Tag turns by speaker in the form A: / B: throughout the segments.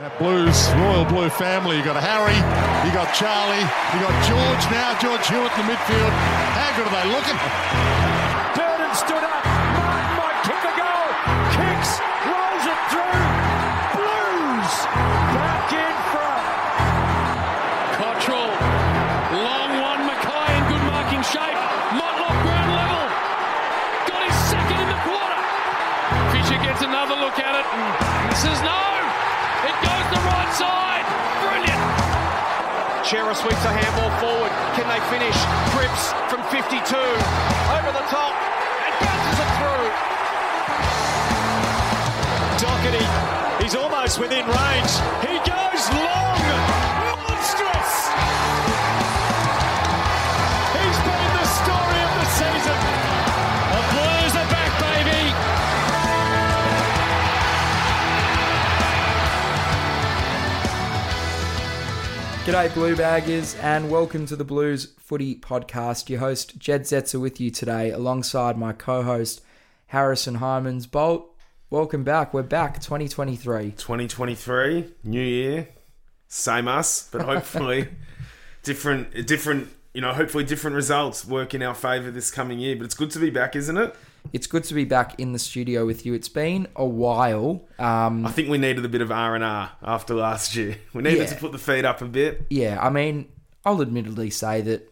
A: That Blues, Royal Blue family. You got Harry, you got Charlie, you got George now, George Hewitt in the midfield. How good are they looking?
B: Durden stood up. Martin might kick a goal. Kicks, rolls it through. Blues back in front.
C: Cottrell, long one. Mackay in good marking shape. Motlop ground level. Got his second in the quarter. Fisher gets another look at it and misses. No! It goes the right side. Brilliant.
D: Chera sweeps a handball forward. Can they finish? Grips from 52. Over the top and bounces it through.
B: Doherty, he's almost within range. He goes long. Monstrous. He's been the story of the season.
C: The Blues are back, baby.
E: G'day, Blue Baggers, and welcome to the Blues Footy Podcast. Your host, Jed Zetzer, with you today, alongside my co host, Harrison Hymans. Bolt, welcome back. We're back 2023.
F: 2023, new year, same us, but hopefully different, different, you know, hopefully different results work in our favour this coming year. But it's good to be back, isn't it?
E: It's good to be back in the studio with you. It's been a while.
F: I
E: Um,
F: think we needed a bit of R and R after last year. We needed
E: Yeah.
F: to put the feet up a bit.
E: yeah, I mean, I'll admittedly say that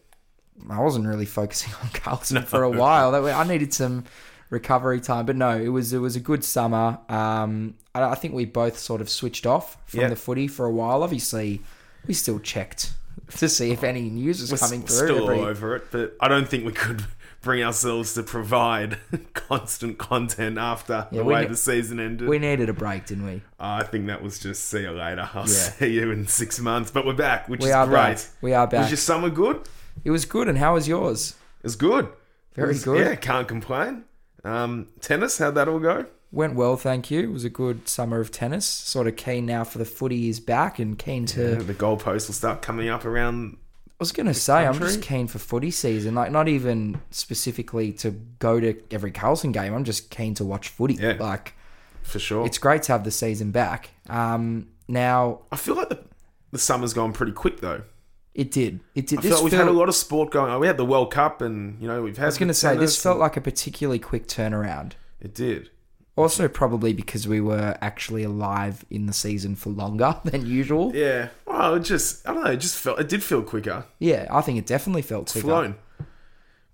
E: I wasn't really focusing on Carlton for a while. That way, I needed some recovery time. But no, it was it was a good summer. Um, I, I think we both sort of switched off from
F: Yeah.
E: the footy for a while. Obviously, we still checked to see if any news was
F: We're s-
E: coming
F: we're
E: through.
F: still
E: every-
F: all over it, but I don't think we could bring ourselves to provide constant content after the
E: we
F: way
E: ne-
F: the season ended.
E: we needed a break, didn't we?
F: I think that was just see you later. I'll
E: Yeah.
F: see you in six months. But we're back, which
E: We
F: is
E: are
F: great.
E: back. We are back.
F: Was your summer good?
E: It was good. And how was yours?
F: It's good.
E: Very
F: It's-
E: good.
F: Yeah, can't complain. Um, tennis, how'd that all go?
E: Went well, thank you. It was a good summer of tennis. Sort of keen now for the footy is back and keen to.
F: The goalposts will start coming up around.
E: I was going to say, I'm just keen for footy season. Like, not even specifically to go to every Carlton game. I'm just keen to watch footy.
F: Yeah.
E: Like,
F: For sure.
E: it's great to have the season back. Um, now,
F: I feel like the, the summer's gone pretty quick though.
E: it did. It did.
F: I feel like we've had a lot of sport going on. We had the World Cup, and you know we've had.
E: I was going to say, this felt like a particularly quick turnaround.
F: it did.
E: Also, probably because we were actually alive in the season for longer than usual. Yeah,
F: Yeah. Well, it just I don't know. It just felt. It did feel quicker.
E: I think it definitely felt too
F: Flown.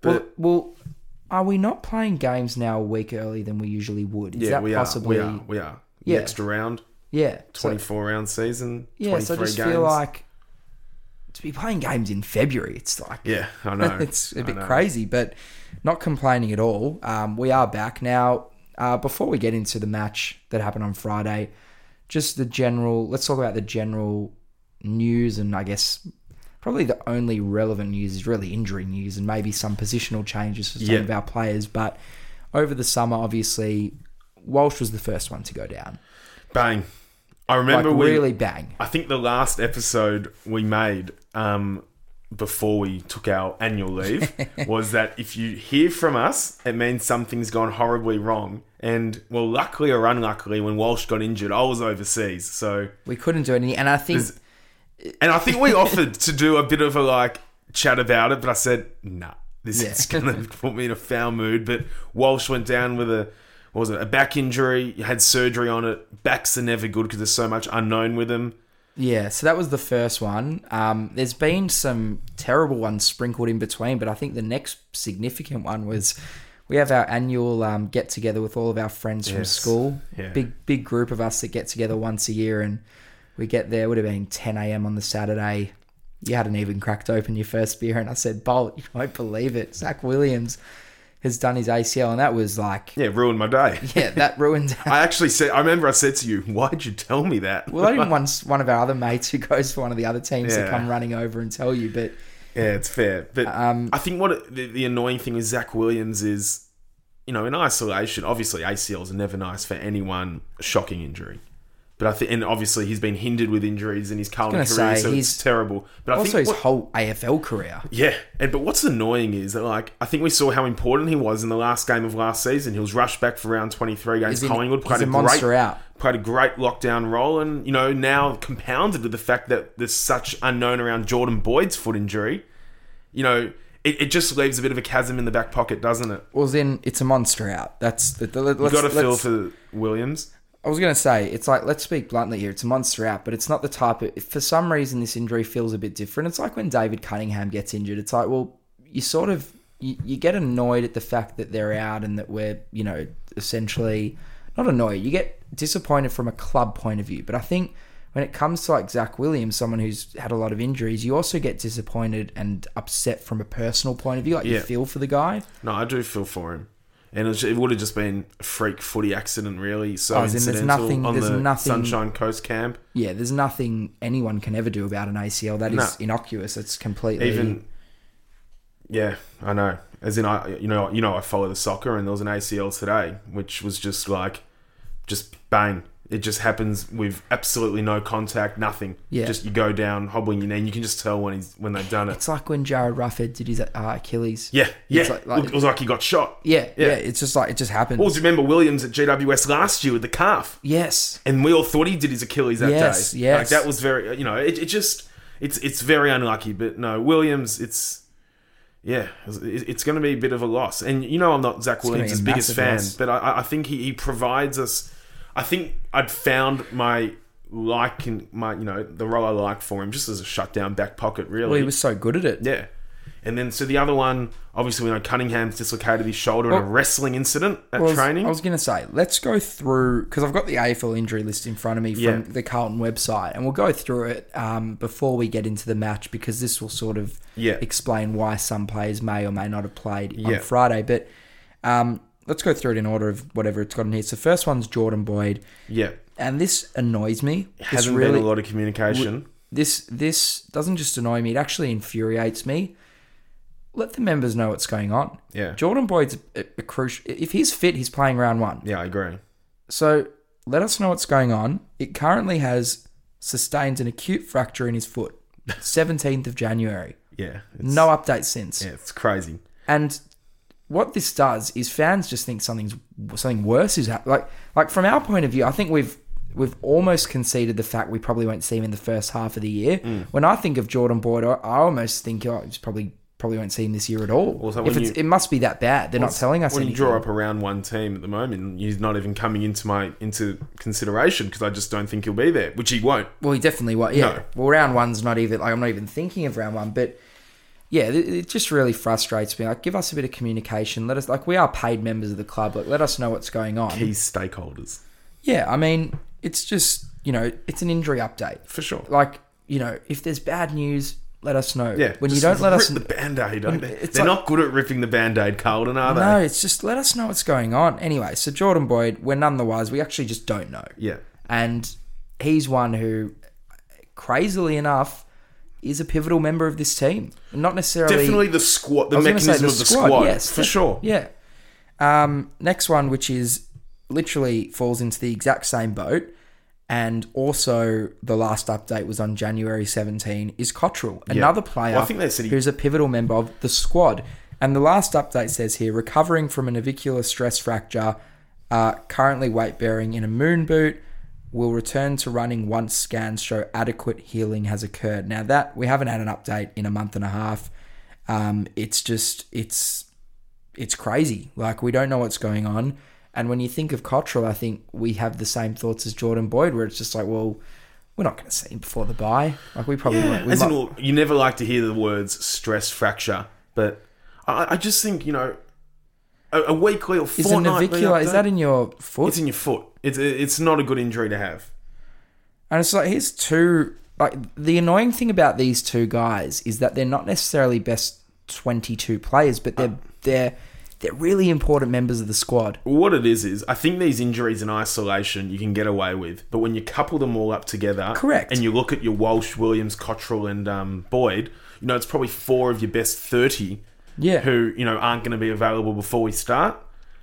E: Well,
F: But-
E: well, are we not playing games now a week earlier than we usually would? Is
F: Yeah,
E: that
F: we
E: possibly?
F: are. We are. We are.
E: Yeah.
F: Next round,
E: Yeah. so-
F: twenty-four round season.
E: Yeah, so I
F: 23
E: just
F: games.
E: feel like to be playing games in February, it's like
F: Yeah, I know.
E: it's a
F: I
E: bit
F: know.
E: crazy, but not complaining at all. Um, we are back now. Uh, before we get into the match that happened on Friday, just the general. Let's talk about the general news, and I guess probably the only relevant news is really injury news, and maybe some positional changes for some
F: Yeah.
E: of our players. But over the summer, obviously, Walsh was the first one to go down.
F: Bang. I
E: Like
F: remember we,
E: really bang.
F: I think the last episode we made um, before we took our annual leave was that if you hear from us, it means something's gone horribly wrong. And well, luckily or unluckily, when Walsh got injured, I was overseas. So,
E: We couldn't do anything, and I think
F: and I think we offered to do a bit of a like chat about it, but I said, nah, this is going to put me in a foul mood. But Walsh went down with a. What was it a back injury? Had surgery on it. Backs are never good because there's so much unknown with them.
E: Yeah, so that was the first one. Um, there's been some terrible ones sprinkled in between, but I think the next significant one was we have our annual um, get together with all of our friends from
F: Yes.
E: school.
F: Yeah.
E: Big big group of us that get together once a year, and we get there. It would have been 10 a.m. on the Saturday. You hadn't even cracked open your first beer, and I said, "Bolt, you won't believe it. Zach Williams has done his ACL, and that was like,
F: Yeah, ruined my day.
E: yeah, that ruined."
F: I actually said, I remember I said to you, why'd you tell me that?
E: Well, I didn't want one of our other mates who goes for one of the other teams to
F: Yeah.
E: come running over and tell you, but
F: yeah, it's fair. But
E: Um,
F: I think what it, the, the annoying thing with Zach Williams is, you know, in isolation, obviously ACLs are never nice for anyone, a shocking injury. But I think, and obviously he's been hindered with injuries in his Carlton
E: gonna
F: career,
E: say,
F: so
E: he's-
F: it's terrible. But I
E: Also,
F: think
E: his
F: what-
E: whole AFL career.
F: yeah, and but what's annoying is that like I think we saw how important he was in the last game of last season. He was rushed back for round twenty three against
E: He's in-
F: Collingwood.
E: he's a monster out.
F: Played a great lockdown role, and you know now compounded with the fact that there's such unknown around Jordan Boyd's foot injury. You know, it, it just leaves a bit of a chasm in the back pocket, doesn't it?
E: Well, then it's a monster out. That's the, the, let's,
F: You got to
E: let's-
F: feel for Williams.
E: I was going to say, it's like, let's speak bluntly here. It's a monster out, but it's not the type of. For some reason, this injury feels a bit different. It's like when David Cunningham gets injured. It's like, well, you sort of. You, you get annoyed at the fact that they're out and that we're, you know, essentially. Not annoyed. You get disappointed from a club point of view. But I think when it comes to like Zach Williams, someone who's had a lot of injuries, you also get disappointed and upset from a personal point of view. Like you
F: Yeah.
E: feel for the guy.
F: No, I do feel for him. And it, was- it would have just been a freak footy accident, really. So
E: Oh, as in there's
F: incidental
E: nothing-
F: on
E: there's
F: the
E: nothing-
F: Sunshine Coast camp.
E: yeah, there's nothing anyone can ever do about an ACL. That is
F: No.
E: innocuous. It's completely
F: even yeah i know as in i you know you know i follow the soccer and there was an acl today which was just like just bang it just happens with absolutely no contact nothing
E: Yeah.
F: just you go down hobbling your knee and you can just tell when he's when they've done it
E: It's like when Jared Rufford did his uh, Achilles.
F: yeah yeah
E: It's like- like-
F: it was like he got shot
E: yeah, yeah,
F: yeah.
E: It's just like it just happens.
F: well do you remember williams at gws last year with the calf
E: yes,
F: and we all thought he did his Achilles that
E: Yes,
F: day.
E: yes.
F: like that was very you know it, it just it's it's very unlucky. But no, Williams, it's yeah, it's, it's going to be a bit of a loss. And you know, I'm not Zach
E: gonna be
F: Williams'
E: a
F: biggest
E: massive
F: fan,
E: loss.
F: but I, I think he, he provides us. I think I'd found my like in my you know the role I like for him just as a shutdown back pocket really.
E: well, he was so good at it.
F: yeah. And then, so the other one, obviously, we know Cunningham's dislocated his shoulder in a
E: Well-
F: wrestling incident
E: Well,
F: at
E: I was-
F: training.
E: I was going to say, let's go through because I've got the AFL injury list in front of me from
F: Yeah.
E: the Carlton website, and we'll go through it um, before we get into the match because this will sort of
F: Yeah.
E: explain why some players may or may not have played
F: Yeah.
E: on Friday. But um, let's go through it in order of whatever it's got in here. So first one's Jordan Boyd.
F: yeah.
E: and this annoys me. This
F: Hasn't
E: really,
F: been a lot of communication.
E: this this doesn't just annoy me; it actually infuriates me. Let the members know what's going on.
F: Yeah.
E: Jordan Boyd's a, a crucial. If he's fit, he's playing round one.
F: yeah, I agree.
E: So let us know what's going on. It currently has sustained an acute fracture in his foot. Seventeenth of January.
F: Yeah. It's,
E: No update since.
F: Yeah, it's crazy.
E: And what this does is fans just think something's something worse is hap- like like from our point of view, I think we've we've almost conceded the fact we probably won't see him in the first half of the year.
F: Mm.
E: When I think of Jordan Boyd, I, I almost think oh, it's probably probably won't see him this year at all.
F: Also,
E: if
F: when
E: it's,
F: you-
E: it must be that bad. They're not telling us
F: when
E: anything.
F: you draw up around one team at the moment, he's not even coming into my into consideration because I just don't think he'll be there, which he won't.
E: Well, he definitely was. Yeah.
F: No.
E: Well, round one's not even like I'm not even thinking of round one, but yeah, it, it just really frustrates me. Like, give us a bit of communication. Let us like we are paid members of the club. Like, let us know what's going on.
F: He's stakeholders
E: Yeah, I mean, it's just you know, it's an injury update.
F: for sure.
E: Like you know, if there's bad news, let us know.
F: yeah,
E: when you
F: just
E: don't let
F: rip
E: us,
F: the band-aid. Don't they?
E: it's
F: They're
E: like-
F: not good at ripping the band-aid, Carlton, are they?
E: no, it's just let us know what's going on. Anyway, so Jordan Boyd, we're none the wise. We actually just don't know.
F: Yeah,
E: and he's one who, crazily enough, is a pivotal member of this team. Not necessarily
F: definitely the squad,
E: I
F: the
E: was gonna
F: mechanism
E: say
F: of the squad,
E: yes,
F: for
E: de-
F: sure.
E: Yeah. Um, next one, which is literally falls into the exact same boat, and also the last update was on January 17, is Cottrell, another player
F: Well, I think they said he-
E: who's a pivotal member of the squad. And the last update says here, recovering from a navicular stress fracture, uh, currently weight bearing in a moon boot, will return to running once scans show adequate healing has occurred. Now that we haven't had an update in a month and a half, um, it's just it's it's crazy. Like we don't know what's going on. And when you think of Cottrell, I think we have the same thoughts as Jordan Boyd, where it's just like, well, we're not going to see him before the bye. Like we probably won't. We
F: As in,
E: might-
F: well, you never like to hear the words stress fracture, but I, I just think you know a, a weekly or
E: is a
F: fortnightly
E: navicular? Is
F: update-
E: that in your foot?
F: It's in your foot. It's it's not a good injury to have.
E: And it's like here's two. Like the annoying thing about these two guys is that they're not necessarily best twenty-two players, but they're they're they're really important members of the squad.
F: What it is is, I think these injuries in isolation you can get away with, but when you couple them all up together,
E: Correct.
F: and you look at your Walsh, Williams, Cottrell, and um, Boyd, you know it's probably four of your best thirty,
E: Yeah.
F: who you know aren't going to be available before we start,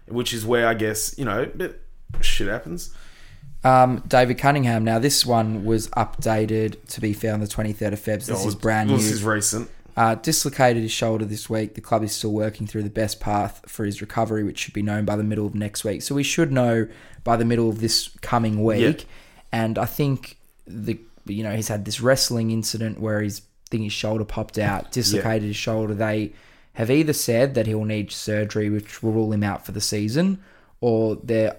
F: which is where I guess you know but shit happens.
E: Um, David Cunningham. Now, this one was updated to be found the 23rd of Feb. So this
F: Oh,
E: is brand
F: This
E: new.
F: is recent.
E: Uh, dislocated his shoulder this week. The club is still working through the best path for his recovery, which should be known by the middle of next week. So we should know by the middle of this coming week. And I think the you know he's had this wrestling incident where he's thing his shoulder popped out, dislocated his shoulder. They have either said that he'll need surgery, which will rule him out for the season, or they're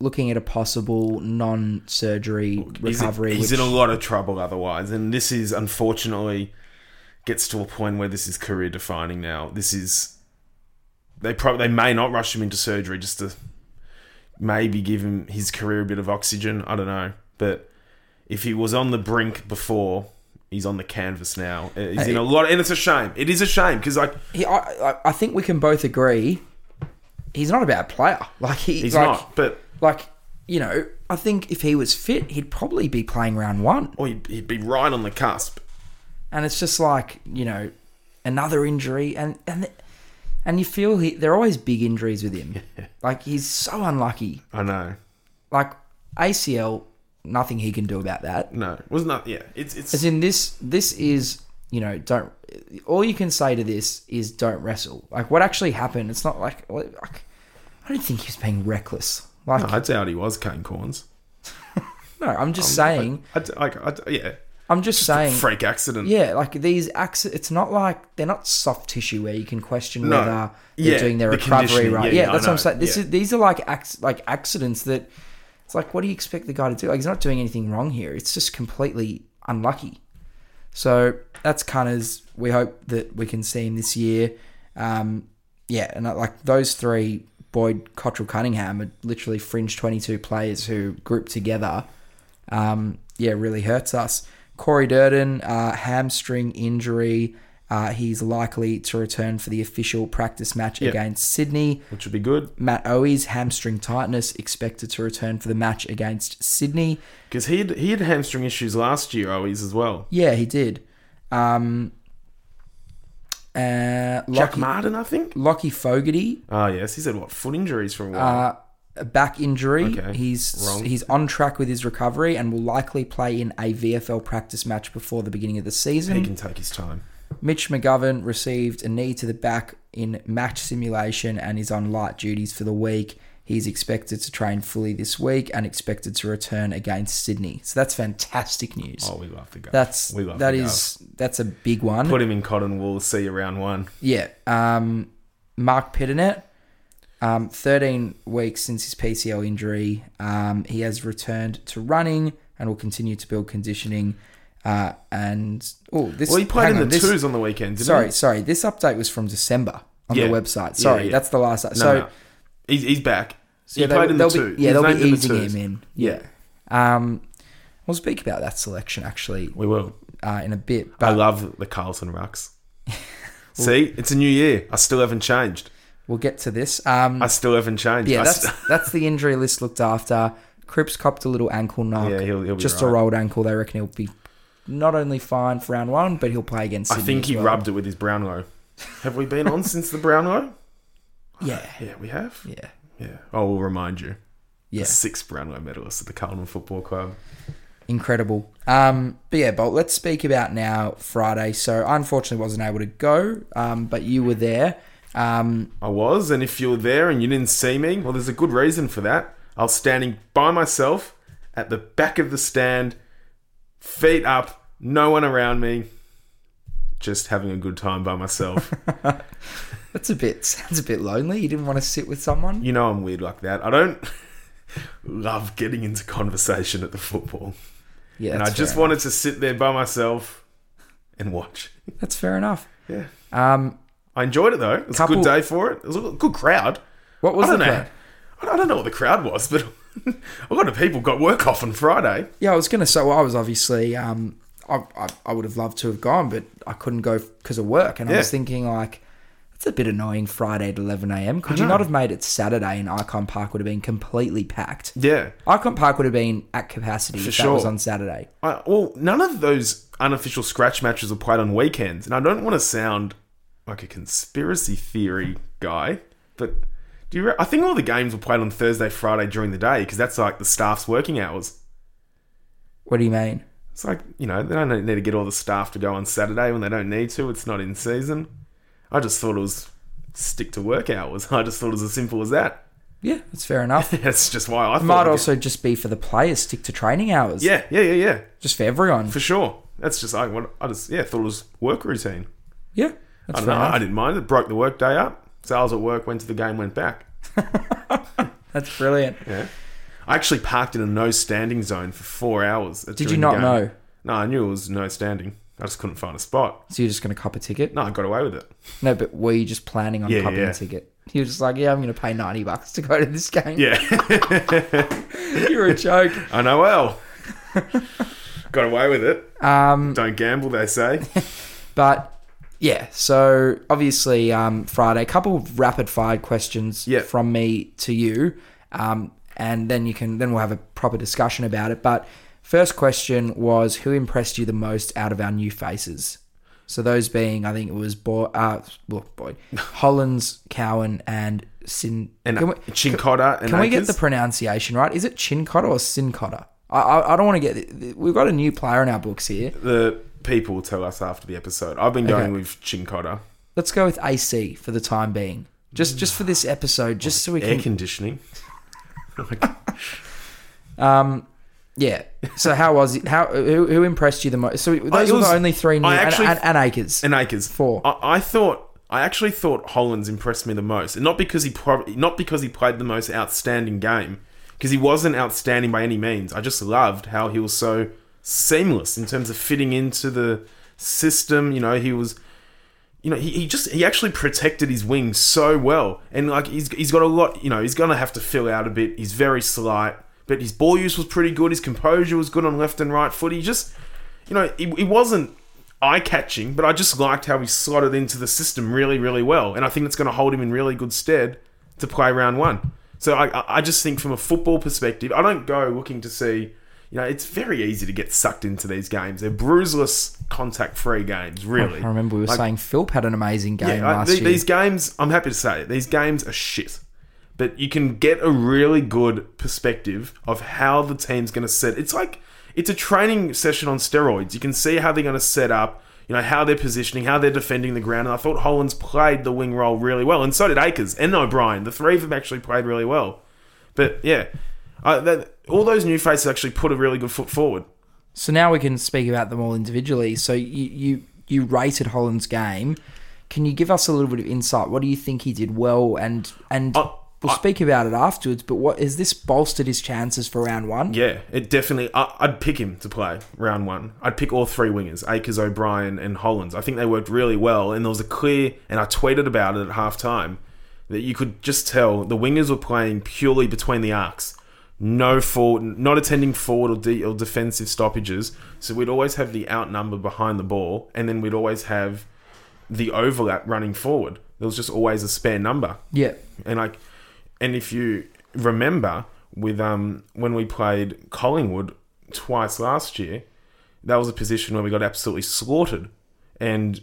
E: looking at a possible non-surgery
F: He's, in-
E: recovery.
F: he's
E: which-
F: in a lot of trouble otherwise, and this is unfortunately gets to a point where this is career defining. Now, this is they probably they may not rush him into surgery just to maybe give him his career a bit of oxygen. I don't know, but if he was on the brink before, he's on the canvas now. Uh, He's in a lot, and it's a shame. It is a shame because like
E: he, I, I- I think we can both agree he's not a bad player. Like he,
F: he's
E: like,
F: not, but
E: Like you know, I think if he was fit, he'd probably be playing round one.
F: oh, he'd, he'd be right on the cusp.
E: And it's just like you know, another injury, and and and you feel he, they're always big injuries with him. Like he's so unlucky.
F: I know.
E: Like ACL, nothing he can do about that.
F: No, it was not. Yeah, it's it's.
E: As in this, this is you know don't. All you can say to this is don't wrestle. Like what actually happened? It's not like like I don't think he was being reckless. Like
F: I doubt he was Kane Corns.
E: no, I'm just saying.
F: I, d- like, I d- yeah,
E: I'm just, saying.
F: freak accident.
E: Yeah, like these acts. It's not like they're not soft tissue where you can question
F: No.
E: whether they're
F: Yeah,
E: doing their
F: the
E: recovery
F: conditioning.
E: right.
F: Yeah,
E: Yeah,
F: yeah,
E: that's what
F: I
E: I'm
F: know.
E: saying. This
F: Yeah.
E: is these are like acts, like accidents that. It's like, what do you expect the guy to do? Like he's not doing anything wrong here. It's just completely unlucky. So that's Cunners. We hope that we can see him this year. Um, yeah, and uh, like those three, Boyd, Cottrell, Cunningham, are literally fringe 22 players who grouped together. Um, yeah, really hurts us. Corey Durden, uh, hamstring injury. Uh, he's likely to return for the official practice match against Sydney.
F: which would be good
E: Matt Owies, hamstring tightness, expected to return for the match against Sydney.
F: because he had, he had hamstring issues last year, always as well.
E: Yeah, he did. Um, uh,
F: Jack
E: Lockie,
F: Martin, I think.
E: Lockie Fogarty,
F: Oh yes, he's had what foot injuries for a
E: Um,
F: while.
E: a back injury.
F: Okay,
E: He's
F: wrong.
E: he's on track with his recovery and will likely play in a VFL practice match before the beginning of the season.
F: he can take his time.
E: Mitch McGovern received a knee to the back in match simulation and is on light duties for the week. He's expected to train fully this week and expected to return against Sydney. So that's fantastic news.
F: Oh, we love the guy.
E: that's
F: we love
E: that
F: the
E: is that's a big one.
F: guy. put him in cotton wool. See you round one.
E: Yeah. Um, Mark Pitternet, um, 13 weeks since his PCL injury. Um, he has returned to running and will continue to build conditioning. Uh, and oh, this
F: Well, he played
E: hang
F: in the
E: on, this-
F: twos on the weekend. Didn't
E: Sorry,
F: he?
E: sorry. This update was from December on
F: Yeah.
E: the website.
F: Yeah,
E: Sorry,
F: yeah.
E: that's the last.
F: no,
E: so
F: no. He's, he's back.
E: yeah,
F: he played in the
E: they'll
F: two.
E: be, yeah,
F: He's
E: they'll
F: named
E: be
F: in the
E: easing
F: twos.
E: him in.
F: Yeah,
E: Um, we'll speak about that selection actually
F: we will.
E: uh, in a bit.
F: I
E: But
F: love the Carlton rucks. See, it's a new year. I still haven't changed.
E: we'll get to this. Um,
F: I still haven't changed.
E: Yeah,
F: I
E: that's
F: st-
E: that's the injury list looked after. Cripps copped a little ankle knock.
F: Yeah, he'll- he'll be
E: just a
F: right.
E: rolled ankle. They reckon he'll be not only fine for round one, but he'll play against.
F: I
E: Sydney
F: think
E: as
F: he
E: well.
F: rubbed it with his Brownlow. Have we been on since the Brownlow?
E: Yeah,
F: Yeah, we have.
E: yeah,
F: Yeah. Oh, we'll remind you.
E: yeah.
F: Six Brownlow medalists at the Carlton Football Club.
E: Incredible. Um, but yeah, Bolt. Let's speak about now Friday. So I unfortunately wasn't able to go, um, but you were there. Um,
F: I was, and if you're there and you didn't see me, well, there's a good reason for that. I was standing by myself at the back of the stand, feet up, no one around me, just having a good time by myself.
E: that's a bit sounds a bit lonely. You didn't want to sit with someone.
F: you know, I'm weird like that. I don't love getting into conversation at the football,
E: Yeah,
F: and I
E: that's
F: just
E: fair
F: wanted to sit there by myself and watch.
E: enough. that's fair enough.
F: Yeah.
E: Um,
F: I enjoyed it though. It was a
E: Couple-
F: good day for it. It was a good crowd.
E: what was
F: I don't
E: the
F: know.
E: plan?
F: I don't- I don't know what the crowd was, but a lot of people got work off on Friday.
E: Yeah, I was going to say, well, I was obviously, um, I, I, I would have loved to have gone, but I couldn't go because of work. And I
F: Yeah.
E: was thinking, like, that's a bit annoying Friday at 11 a.m. Could you not have made it Saturday and Icon Park would have been completely packed?
F: Yeah.
E: Icon Park would have been at capacity if that
F: sure.
E: was on Saturday.
F: I, well, none of those unofficial scratch matches are played on weekends, and I don't want to sound like a conspiracy theory guy, but Do you? Re- I think all the games were played on Thursday, Friday during the day because that's like the staff's working hours.
E: What do you mean?
F: It's like you know they don't need to get all the staff to go on Saturday when they don't need to. It's not in season. I just thought it was stick to work hours. I just thought it was as simple as that.
E: Yeah, that's fair enough.
F: That's just why I thought.
E: Might
F: we-
E: also just be for the players stick to training hours.
F: Yeah, yeah, yeah, yeah.
E: just for everyone.
F: For sure. That's just I. What I just yeah thought it was work routine.
E: yeah, that's
F: I
E: fair
F: don't know. I
E: enough.
F: didn't mind. It broke the work day up. So I was at work, went to the game, went back.
E: That's brilliant.
F: I actually parked in a no standing zone for four hours.
E: Did you not know?
F: No, I knew it was no standing. I just couldn't find a spot.
E: So you're just going to cop a ticket?
F: No, I got away with it.
E: No, but were you just planning on
F: Yeah,
E: copping
F: yeah.
E: a ticket? You were just like, yeah, I'm going to pay ninety bucks to go to this game.
F: Yeah,
E: You're a joke.
F: I know well. got away with it. Um, Don't gamble, they say.
E: But yeah, so obviously um, Friday, a couple of rapid fire questions
F: Yeah.
E: from me to you, um, and then you can then we'll have a proper discussion about it. But first question was, who impressed you the most out of our new faces? So those being, I think it was Boy, uh, well, Boy, Hollands, Cowan, and Sin.
F: And uh,
E: can we,
F: Chincotta and
E: can we get
F: Akers.
E: the pronunciation right? Is it Chincotta or Sincotta? I, I, I don't want to get. We've got a new player in our books here.
F: the people will tell us after the episode. I've been going
E: Okay.
F: with Chincotta.
E: Let's go with AC for the time being. Just just for this episode, just so we
F: Air
E: can,
F: conditioning.
E: yeah. So how was it? How who, who impressed you the most? So those
F: it
E: were
F: was-
E: the only three new
F: I
E: and,
F: actually-
E: and, and Acres.
F: and Acres.
E: Four.
F: I, I thought I actually thought Hollands impressed me the most, and not because he prob- not because he played the most outstanding game, because he wasn't outstanding by any means. I just loved how he was so seamless in terms of fitting into the system. You know, he was. You know, he, he just he actually protected his wings so well, and like he's he's got a lot. You know, he's gonna have to fill out a bit. He's very slight, but his ball use was pretty good. His composure was good on left and right foot. He just you know, it, it wasn't eye catching, but I just liked how he slotted into the system really, really well. And I think it's going to hold him in really good stead to play round one. So I- I, I just think from a football perspective, I don't go looking to see, you know, it's very easy to get sucked into these games. They're bruiseless, contact free games, really.
E: I remember we were
F: Like,
E: saying Philp had an amazing game
F: yeah, I-
E: last
F: the-
E: year.
F: these games, I'm happy to say, it, these games are shit. But you can get a really good perspective of how the team's going to set. It's like it's a training session on steroids. You can see how they're going to set up. You know how they're positioning, how they're defending the ground. And I thought Holland's played the wing role really well, and so did Akers and O'Brien. The three of them actually played really well. But yeah, I, that, all those new faces actually put a really good foot forward.
E: so now we can speak about them all individually. So you you you rated Holland's game. Can you give us a little bit of insight? What do you think he did well? And and
F: I-
E: we'll
F: I-
E: speak about it afterwards. But what has this bolstered his chances for round one?
F: Yeah, it definitely. I, I'd pick him to play round one. I'd pick all three wingers, Akers, O'Brien, and Hollands. I think they worked really well, and there was a clear. And I tweeted about it at halftime that you could just tell the wingers were playing purely between the arcs, no forward, not attending forward or, de- or defensive stoppages. So we'd always have the outnumber behind the ball, and then we'd always have the overlap running forward. There was just always a spare number.
E: Yeah.
F: And like, and if you remember with um when we played Collingwood twice last year, that was a position where we got absolutely slaughtered, and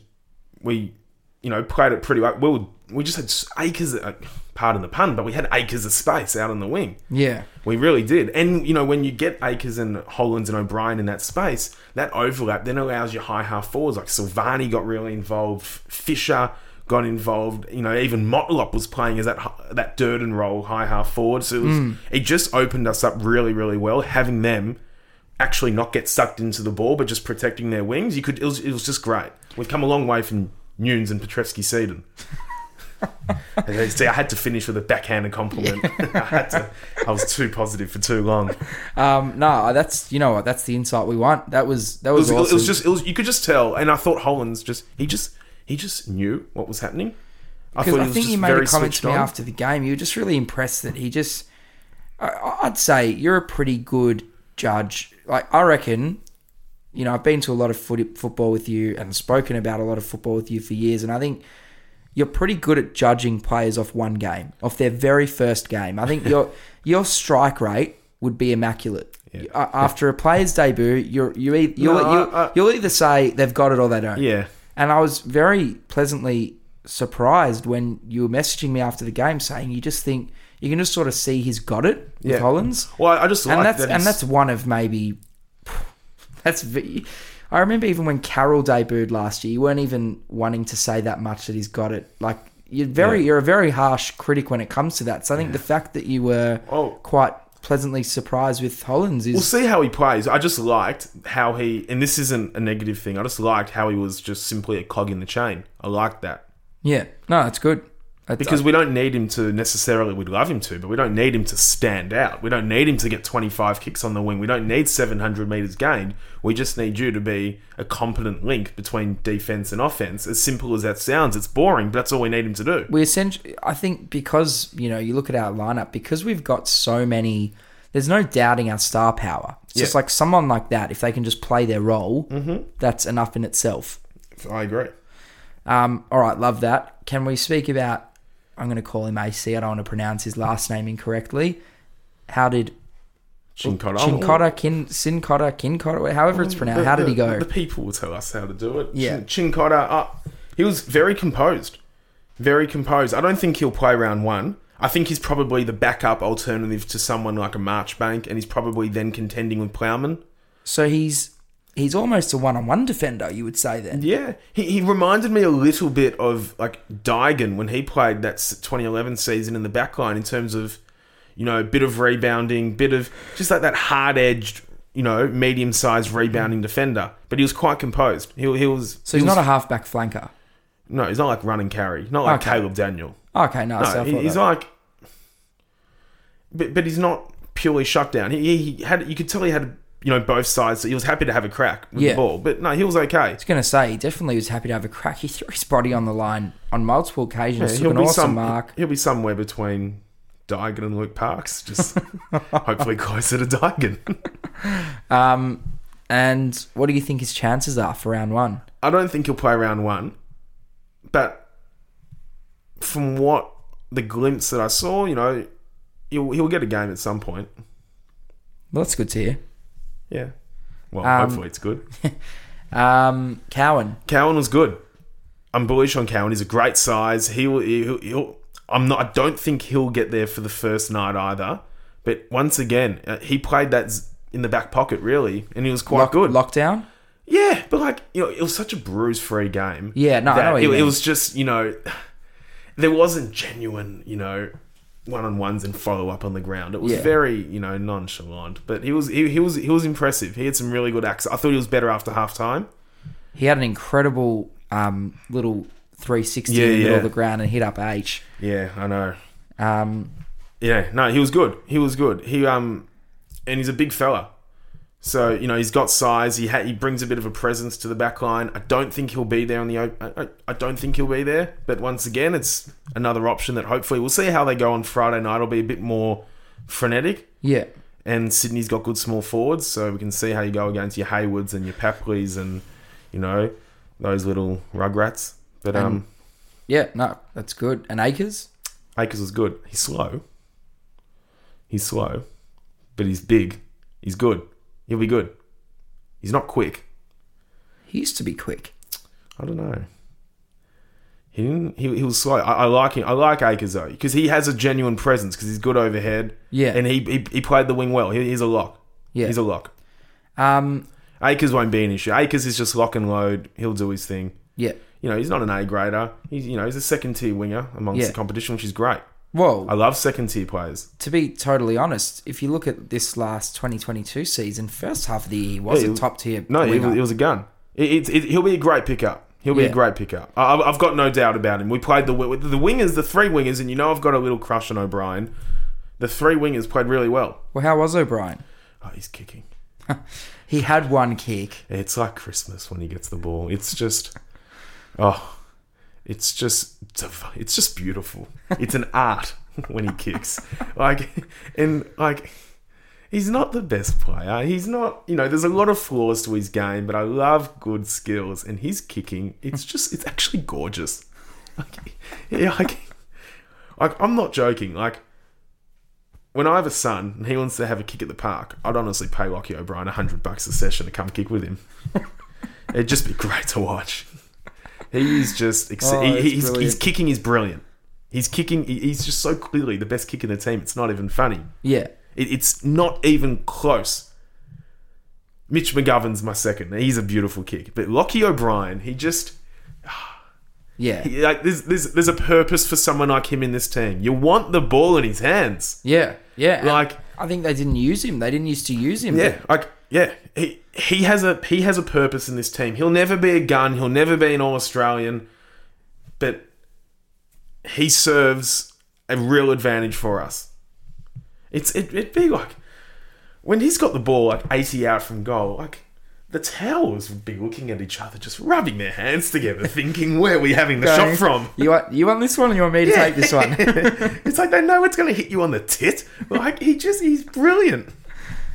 F: we, you know, played it pretty well. We, were, we just had s- acres, of, pardon the pun, but we had acres of space out on the wing.
E: Yeah. Um,
F: We really did. And, you know, when you get Akers and Hollands and O'Brien in that space, that overlap then allows your high half forwards. Like Silvani got really involved, Fisher got involved, you know, even Motlop was playing as that hi- that dirt and roll high half forward. So it, was, it just opened us up really, really well, having them actually not get sucked into the ball, but just protecting their wings. You could, it was, it was just great. We've come a long way from Nunes and Petresky Seaton. And they See, I had to finish with a backhanded compliment. I had to. I was too positive for too long.
E: Um, no, that's you know what that's the insight we want. That was that
F: It
E: was,
F: was,
E: awesome.
F: it was just. It was, you could just tell. And I thought Holland's just. He just. He just knew what was happening. I
E: because
F: thought
E: I
F: he was
E: think
F: just
E: you made a
F: very
E: comment
F: switched
E: to me
F: on.
E: after the game. You were just really impressed that he just. I- I, I'd say you're a pretty good judge. Like I reckon, you know, I've been to a lot of foot, football with you and spoken about a lot of football with you for years, and I think you're pretty good at judging players off one game, off their very first game. I think your your strike rate would be immaculate. A- After a player's debut, you're, you e- you'll,
F: No, I-
E: you'll,
F: I-
E: you'll either say they've got it or they don't.
F: Yeah.
E: And I was very pleasantly surprised when you were messaging me after the game saying you just think you can just sort of see he's got it with
F: Yeah.
E: Hollins.
F: Well, I just like
E: and that's
F: that
E: and
F: he's-
E: that's one of maybe that's. v- I remember even when Carroll debuted last year, you weren't even wanting to say that much that he's got it. Like you're very
F: Yeah.
E: you're a very harsh critic when it comes to that. So I think the fact that you were
F: Oh.
E: quite pleasantly surprised with Hollins is
F: We'll see how he plays. I just liked how he, and this isn't a negative thing. I just liked how he was just simply a cog in the chain. I liked that
E: yeah no it's good It's-
F: because we don't need him to necessarily. We'd love him to, but we don't need him to stand out. We don't need him to get twenty five kicks on the wing. We don't need seven hundred meters gained. We just need you to be a competent link between defense and offense. As simple as that sounds, it's boring, but that's all we need him to do.
E: we essentially i think because you know you look at our lineup because we've got so many there's no doubting our star power it's just
F: Yeah. Mm-hmm.
E: like someone like that if they can just play their role that's enough in itself
F: I agree.
E: um, all right love that can we speak about i'm going to call him ac i don't want to pronounce his last name incorrectly how did
F: Chincotta.
E: Chincotta, Kin, Sincotta, Kincotta, however
F: Oh.
E: it's pronounced. How did he go?
F: The people will tell us how to do it.
E: Yeah.
F: Chin- Chincotta. Uh, he was very composed. Very composed. I don't think he'll play round one. I think he's probably the backup alternative to someone like a Marchbank, and he's probably then contending with Plowman.
E: So he's he's almost a one-on-one defender, you would say then.
F: Yeah, he, he reminded me a little bit of like Dygan when he played that s- 2011 season in the back line in terms of, you know, a bit of rebounding, bit of just like that hard edged, you know, medium sized rebounding defender. But he was quite composed. He, he was.
E: So he's not a halfback flanker.
F: No, he's not like run and carry. Not like
E: Okay.
F: Caleb Daniel.
E: Okay, no,
F: No,
E: so I
F: he-
E: thought
F: he's
E: that-
F: like, but but he's not purely shut down. He, he had you could tell he had you know both sides. So he was happy to have a crack with
E: Yeah.
F: the ball, but no, he was okay.
E: was going to say, he definitely was happy to have a crack. He threw his body on the line on multiple occasions. took
F: he'll
E: an
F: be
E: awesome
F: some,
E: mark.
F: He'll be somewhere between Dygan and Luke Parks, just hopefully closer to Dygan.
E: And what do you think his chances are for round one?
F: I don't think he'll play round one, but from what the glimpse that I saw, you know, he'll, he'll get a game at some point.
E: Well, that's good to hear.
F: Yeah. Well, hopefully it's good.
E: Um, Cowan,
F: Cowan was good. I'm bullish on Cowan. He's a great size. He'll, he'll, he'll I'm not. I don't think he'll get there for the first night either. But once again, uh, he played that z- in the back pocket really, and he was quite
E: lock,
F: Oh, good.
E: lockdown.
F: Yeah, but like you know, it was such a bruise-free game.
E: Yeah, no, I know
F: that
E: what
F: it,
E: you
F: it
E: mean.
F: was just you know, there wasn't genuine you know one-on-ones and follow-up on the ground. It was
E: Yeah.
F: very you know nonchalant. But he was he, he was he was impressive. He had some really good acts. I thought he was better after halftime.
E: He had an incredible um, little 360 in
F: Yeah,
E: the middle of
F: yeah.
E: the ground and hit up H.
F: Yeah, I know.
E: Um,
F: Yeah, no, he was good. He was good. He um, and he's a big fella, so you know he's got size. He ha- he brings a bit of a presence to the back line. I don't think he'll be there on the. Op- I, I, I don't think he'll be there. But once again, it's another option that hopefully we'll see how they go on Friday night. It'll be a bit more frenetic.
E: yeah,
F: And Sydney's got good small forwards, so we can see how you go against your Haywards and your Papleys and you know those little rugrats. But um,
E: yeah, no, that's good. And Akers,
F: Akers was good. He's slow. He's slow, but he's big. He's good. He'll be good. He's not quick.
E: he used to be quick.
F: I don't know. He didn't. He, he was slow. I, I like him. I like Akers though because he has a genuine presence because he's good overhead.
E: Yeah.
F: and he he, he played the wing well. He, he's a lock.
E: Yeah.
F: he's a lock.
E: Um,
F: Akers won't be an issue. Akers is just lock and load. He'll do his thing.
E: yeah,
F: You know, he's not an A grader. He's you know he's a second tier winger amongst
E: Yeah.
F: the competition, which is great.
E: well,
F: I love second tier players.
E: to be totally honest, if you look at this last 2022 season, first half of the year, he was
F: Yeah,
E: a
F: he-
E: top tier.
F: No, it
E: winger.
F: was, it was a gun. It, it, it, he'll be a great pickup. He'll be
E: Yeah.
F: a great pickup. I, I've- I've got no doubt about him. We played the wi- the wingers, the three wingers, and you know I've got a little crush on O'Brien. The three wingers played really well.
E: Well, how was O'Brien?
F: Oh, he's kicking.
E: He had one kick.
F: It's like Christmas when he gets the ball. It's just, oh, it's just, div- it's just beautiful. It's an art when he kicks. Like, and like, he's not the best player. He's not, you know, there's a lot of flaws to his game, but I love good skills and his kicking. It's just, it's actually gorgeous. Like, yeah, like, like, I'm not joking. Like, when I have a son and he wants to have a kick at the park, I'd honestly pay Lockie O'Brien hundred bucks a session to come kick with him. It'd just be great to watch. He's just ex-
E: Oh,
F: he,
E: it's
F: he's, he's
E: brilliant.
F: kicking is brilliant. He's kicking. he- He's just so clearly the best kick in the team. It's not even funny.
E: Yeah.
F: It, it's not even close. Mitch McGovern's my second. He's a beautiful kick, but Lockie O'Brien, he just
E: Yeah.
F: he- like there's, there's there's a purpose for someone like him in this team. You want the ball in his hands.
E: Yeah. Yeah. And
F: Like-
E: I think they didn't use him. They didn't used to use him.
F: Yeah, like yeah, he he has a he has a purpose in this team. He'll never be a gun. He'll never be an all Australian, but he serves a real advantage for us. It's it, it'd be like when he's got the ball like eighty out from goal, like. The towers would be looking at each other, just rubbing their hands together, thinking, "Where are we having the shot from?"
E: You want you want this one? Or you want me to take this one?
F: it's like they know it's going to hit you on the tit. Like he just—he's brilliant.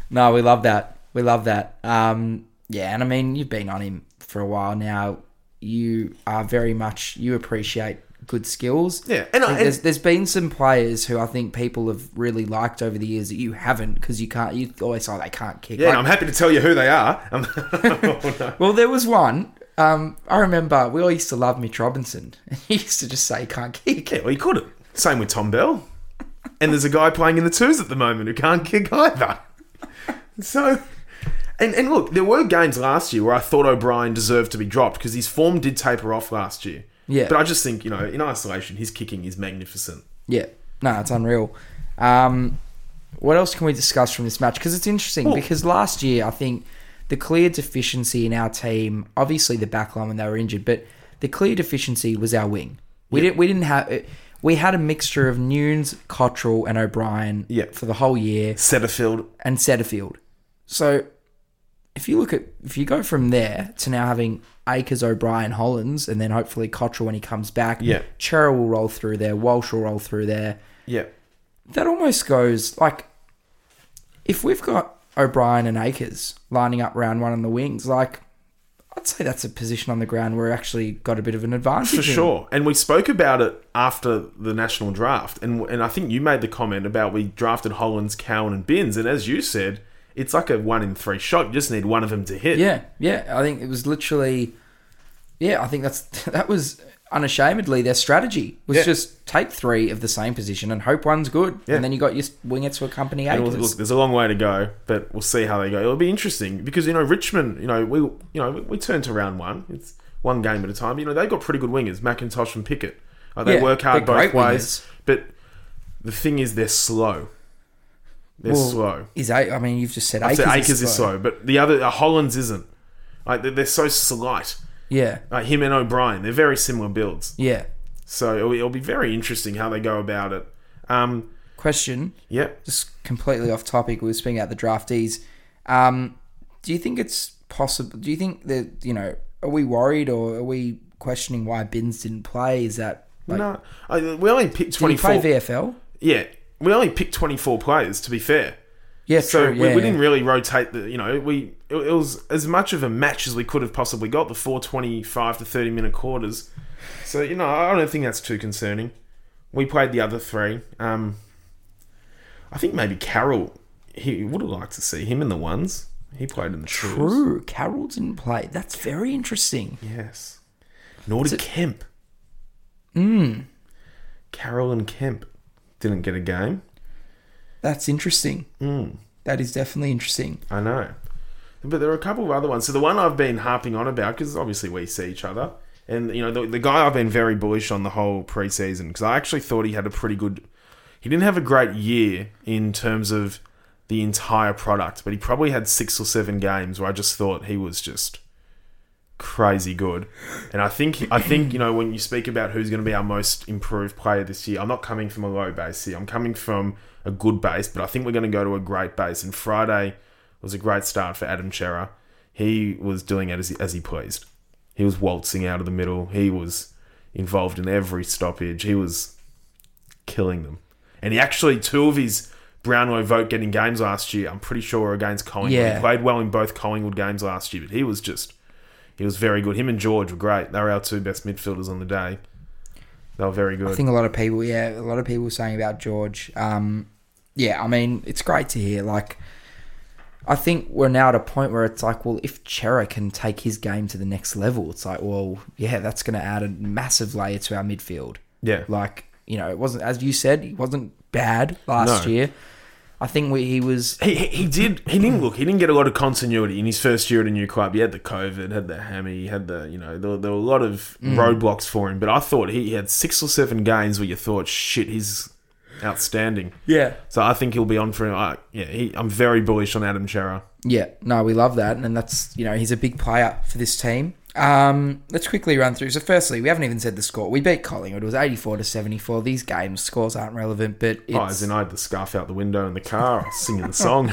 E: No, we love that. We love that. Um, yeah, and I mean, you've been on him for a while now. You are very much you appreciate good skills.
F: Yeah, and I-
E: I think there's, there's been some players who I think people have really liked over the years that you haven't because you can't. You always say they can't kick.
F: Yeah,
E: Like,
F: and I'm happy to tell you who they are. I'm-
E: well, there was one. Um, I remember we all used to love Mitch Robinson. He used to just say he can't kick.
F: Yeah, well, he couldn't. Same with Tom Bell. And there's a guy playing in the twos at the moment who can't kick either. So, and, and look, there were games last year where I thought O'Brien deserved to be dropped because his form did taper off last year.
E: Yeah.
F: But I just think, you know, in isolation, his kicking is magnificent.
E: Yeah, no, it's unreal. Um, what else can we discuss from this match? Because it's interesting. Because last year, I think the clear deficiency in our team, obviously the back line when they were injured, but the clear deficiency was our wing. We didn't. We didn't have. We had a mixture of Nunes, Cottrell, and O'Brien
F: Yeah.
E: for the whole year,
F: Setterfield.
E: and Setterfield. So, if you look at if you go from there to now having Akers, O'Brien, Hollins, and then hopefully Cottrell when he comes back,
F: Yeah.
E: Chera will roll through there, Walsh will roll through there
F: Yeah.
E: that almost goes like if we've got O'Brien and Akers lining up round one on the wings, like I'd say that's a position on the ground where we actually got a bit of an advantage.
F: For
E: in.
F: sure. And we spoke about it after the national draft. And, and I think you made the comment about we drafted Hollins, Cowan, and Binns. And as you said, it's like a one in three shot. You just need one of them to hit.
E: Yeah, yeah. I think it was literally, yeah. I think that's that was unashamedly their strategy was
F: Yeah.
E: just take three of the same position and hope one's good, and then you got your winger to accompany
F: And
E: Akers.
F: we'll- look, there's a long way to go, but we'll see how they go. It'll be interesting because you know Richmond, you know we, you know we, we turn to round one. It's one game at a time. You know they've got pretty good wingers, McIntosh and Pickett. Uh, they
E: Yeah,
F: work hard
E: they're
F: both
E: great
F: ways,
E: wingers.
F: but the thing is they're slow. They're
E: Well,
F: slow.
E: Is A- I mean, you've just said Akers,
F: So Akers is slow, but the other uh, Hollands isn't. Like they're, they're so slight.
E: Yeah,
F: Like him and O'Brien, they're very similar builds.
E: yeah.
F: So it'll, it'll be very interesting how they go about it. Um,
E: Question:
F: yeah,
E: just completely off topic. We were speaking about the draftees. Um, do you think it's possible? Do you think that you know? Are we worried or are we questioning why Bins didn't play? Is that like,
F: no, I, we only picked
E: did he
F: twenty
E: play
F: four.
E: VFL?
F: Yeah, we only picked 24 players to be fair.
E: Yeah,
F: So
E: true.
F: we,
E: yeah,
F: we didn't
E: yeah.
F: really rotate the, you know, we it, it was as much of a match as we could have possibly got the 425 to 30 minute quarters. So, you know, I don't think that's too concerning. We played the other three. Um, I think maybe Carroll, he would have liked to see him in the ones. He played in the twos.
E: True. Carroll didn't play. That's very interesting.
F: Yes. Nor did Kemp. Mm.
E: Hmm.
F: Carroll and Kemp didn't get a game.
E: That's interesting.
F: Hmm.
E: That is definitely interesting.
F: I know. But there are a couple of other ones. So the one I've been harping on about, because obviously we see each other, and you know the, the guy I've been very bullish on the whole preseason because I actually thought he had a pretty good. He didn't have a great year in terms of the entire product, but he probably had six or seven games where I just thought he was just crazy good. And I think I think you know when you speak about who's going to be our most improved player this year, I'm not coming from a low base here. I'm coming from a good base, but I think we're going to go to a great base. And Friday was a great start for Adam Chera. He was doing it as he, as he pleased. He was waltzing out of the middle. He was involved in every stoppage. He was killing them. And he actually two of his Brownlow vote getting games last year. I'm pretty sure were against Collingwood.
E: Yeah.
F: He played well in both Collingwood games last year, but he was just he was very good. Him and George were great. They were our two best midfielders on the day. They were very good.
E: I think a lot of people, yeah, a lot of people saying about George. Um, yeah, I mean, it's great to hear. Like, I think we're now at a point where it's like, well, if Chera can take his game to the next level, it's like, well, yeah, that's going to add a massive layer to our midfield.
F: Yeah.
E: Like, you know, it wasn't, as you said, he wasn't bad last
F: No.
E: year. I think we, he was,
F: He, he he did. He didn't look. He didn't get a lot of continuity in his first year at a new club. He had the COVID, had the hammy, he had the you know there, were- there were a lot of
E: Mm.
F: roadblocks for him. But I thought he had six or seven games where you thought, shit, he's outstanding.
E: Yeah.
F: So I think he'll be on for. I yeah, he, I'm very bullish on Adam Chera.
E: yeah, no, we love that. And that's, you know, he's a big player for this team. Um, let's quickly run through. So, firstly, we haven't even said the score. We beat Collingwood. It was 84 to 74. These games, scores aren't relevant, but it's.
F: Oh, as in I had the scarf out the window in the car, I was singing the song,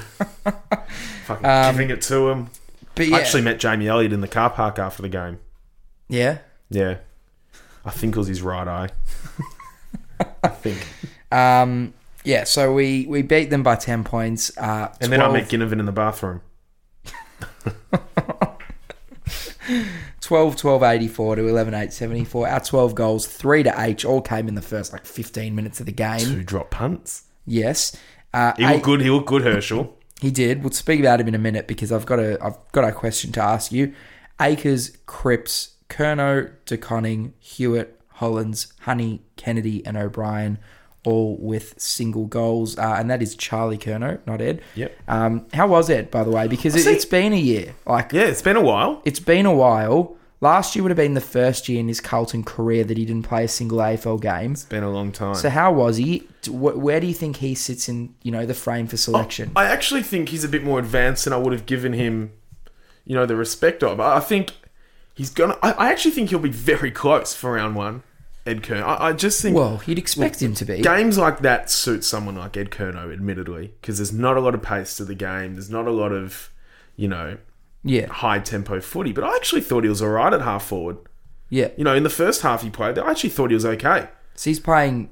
F: fucking giving it to him.
E: but Um, yeah.
F: I actually met Jamie Elliott in the car park after the game.
E: Yeah.
F: Yeah, I think it was his right eye. I think.
E: Um, yeah, so we, we beat them by 10 points. Uh,
F: And then I
E: 12
F: met Ginnivan in the bathroom.
E: 12 12 84 to 11 8 74. Our 12 goals, 3 to H, all came in the first like 15 minutes of the game.
F: Who dropped punts?
E: Yes. Uh,
F: He looked
E: eight-
F: good. He looked good, Herschel.
E: he did. We'll speak about him in a minute because I've got a I've got a question to ask you. Akers, Cripps, Kerno, DeConning, Hewitt, Hollins, Honey, Kennedy, and O'Brien, all with single goals, uh, and that is Charlie Kerno, not Ed.
F: Yep.
E: Um, how was Ed, by the way? Because it,
F: See-
E: it's been a year. Like
F: yeah, it's been a while.
E: it's been a while. Last year would have been the first year in his Carlton career that he didn't play a single AFL game.
F: It's been a long time.
E: So how was he? D- wh- Where do you think he sits in you know the frame for selection?
F: Oh, I actually think he's a bit more advanced than I would have given him, you know, the respect of. I I think he's gonna. I, I actually think he'll be very close for round one, Ed Kern. I, I just think.
E: well, you'd expect him to be.
F: Games like that suit someone like Ed Kerno, admittedly, because there's not a lot of pace to the game. There's not a lot of, you know,
E: yeah,
F: high tempo footy. But I actually thought he was all right at half forward.
E: yeah.
F: You know, in the first half he played, I actually thought he was okay.
E: So he's playing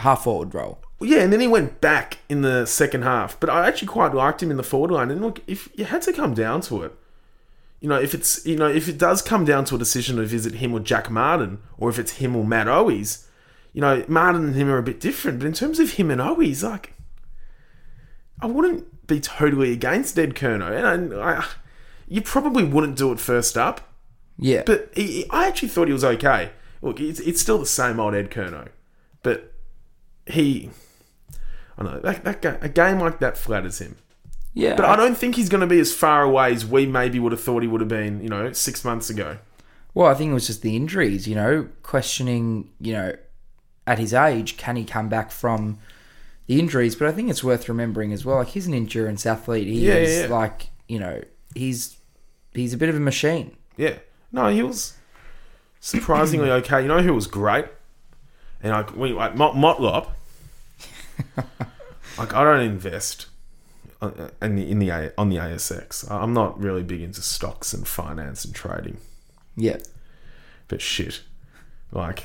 E: half forward role.
F: Well, yeah, and then he went back in the second half. But I actually quite liked him in the forward line. And look, if you had to come down to it, you know, if it's you know, if it does come down to a decision of is it him or Jack Martin, or if it's him or Matt Owies, you know, Martin and him are a bit different. But in terms of him and Owies, like, I wouldn't be totally against Ed Kerno, and I, I, you probably wouldn't do it first up.
E: Yeah,
F: But he, he- I actually thought he was okay. Look, it's, it's still the same old Ed Kerno, but he, I don't know that, that ga- a game like that flatters him.
E: yeah.
F: But I don't think he's going to be as far away as we maybe would have thought he would have been. You know, six months ago.
E: well, I think it was just the injuries. You know, questioning. You know, at his age, can he come back from the injuries? But I think it's worth remembering as well. Like he's an endurance athlete. He
F: Yeah, yeah,
E: is
F: yeah.
E: like you know he's he's a bit of a machine.
F: Yeah, no, he was surprisingly okay. You know who was great, and like we like Mot- Motlop. like I don't invest. uh, uh, In the, in the A- on the ASX, I- I'm not really big into stocks and finance and trading.
E: Yeah.
F: But shit, like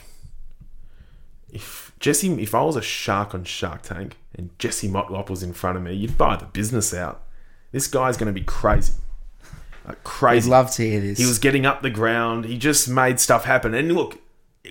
F: if Jesse, if I was a shark on Shark Tank and Jesse Motlop was in front of me, you'd buy the business out. This guy's going to be crazy, like
E: I'd
F: crazy.
E: love to hear this.
F: he was getting up the ground. He just made stuff happen. And look,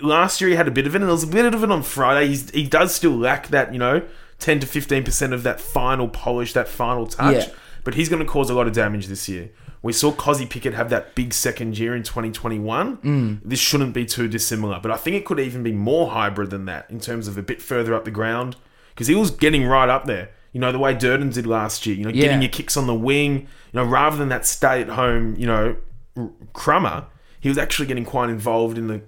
F: last year he had a bit of it, and there was a bit of it on Friday. He's, he does still lack that, you know, ten to fifteen percent of that final polish, that final touch.
E: Yeah.
F: But he's going to cause a lot of damage this year. We saw Cozzy Pickett have that big second year in 2021. This shouldn't be too dissimilar, but I think it could even be more hybrid than that in terms of a bit further up the ground because he was getting right up there. You know, the way Durden did last year, you know,
E: Yeah.
F: getting your kicks on the wing, you know, rather than that stay at home, you know, r- crummer, he was actually getting quite involved in the,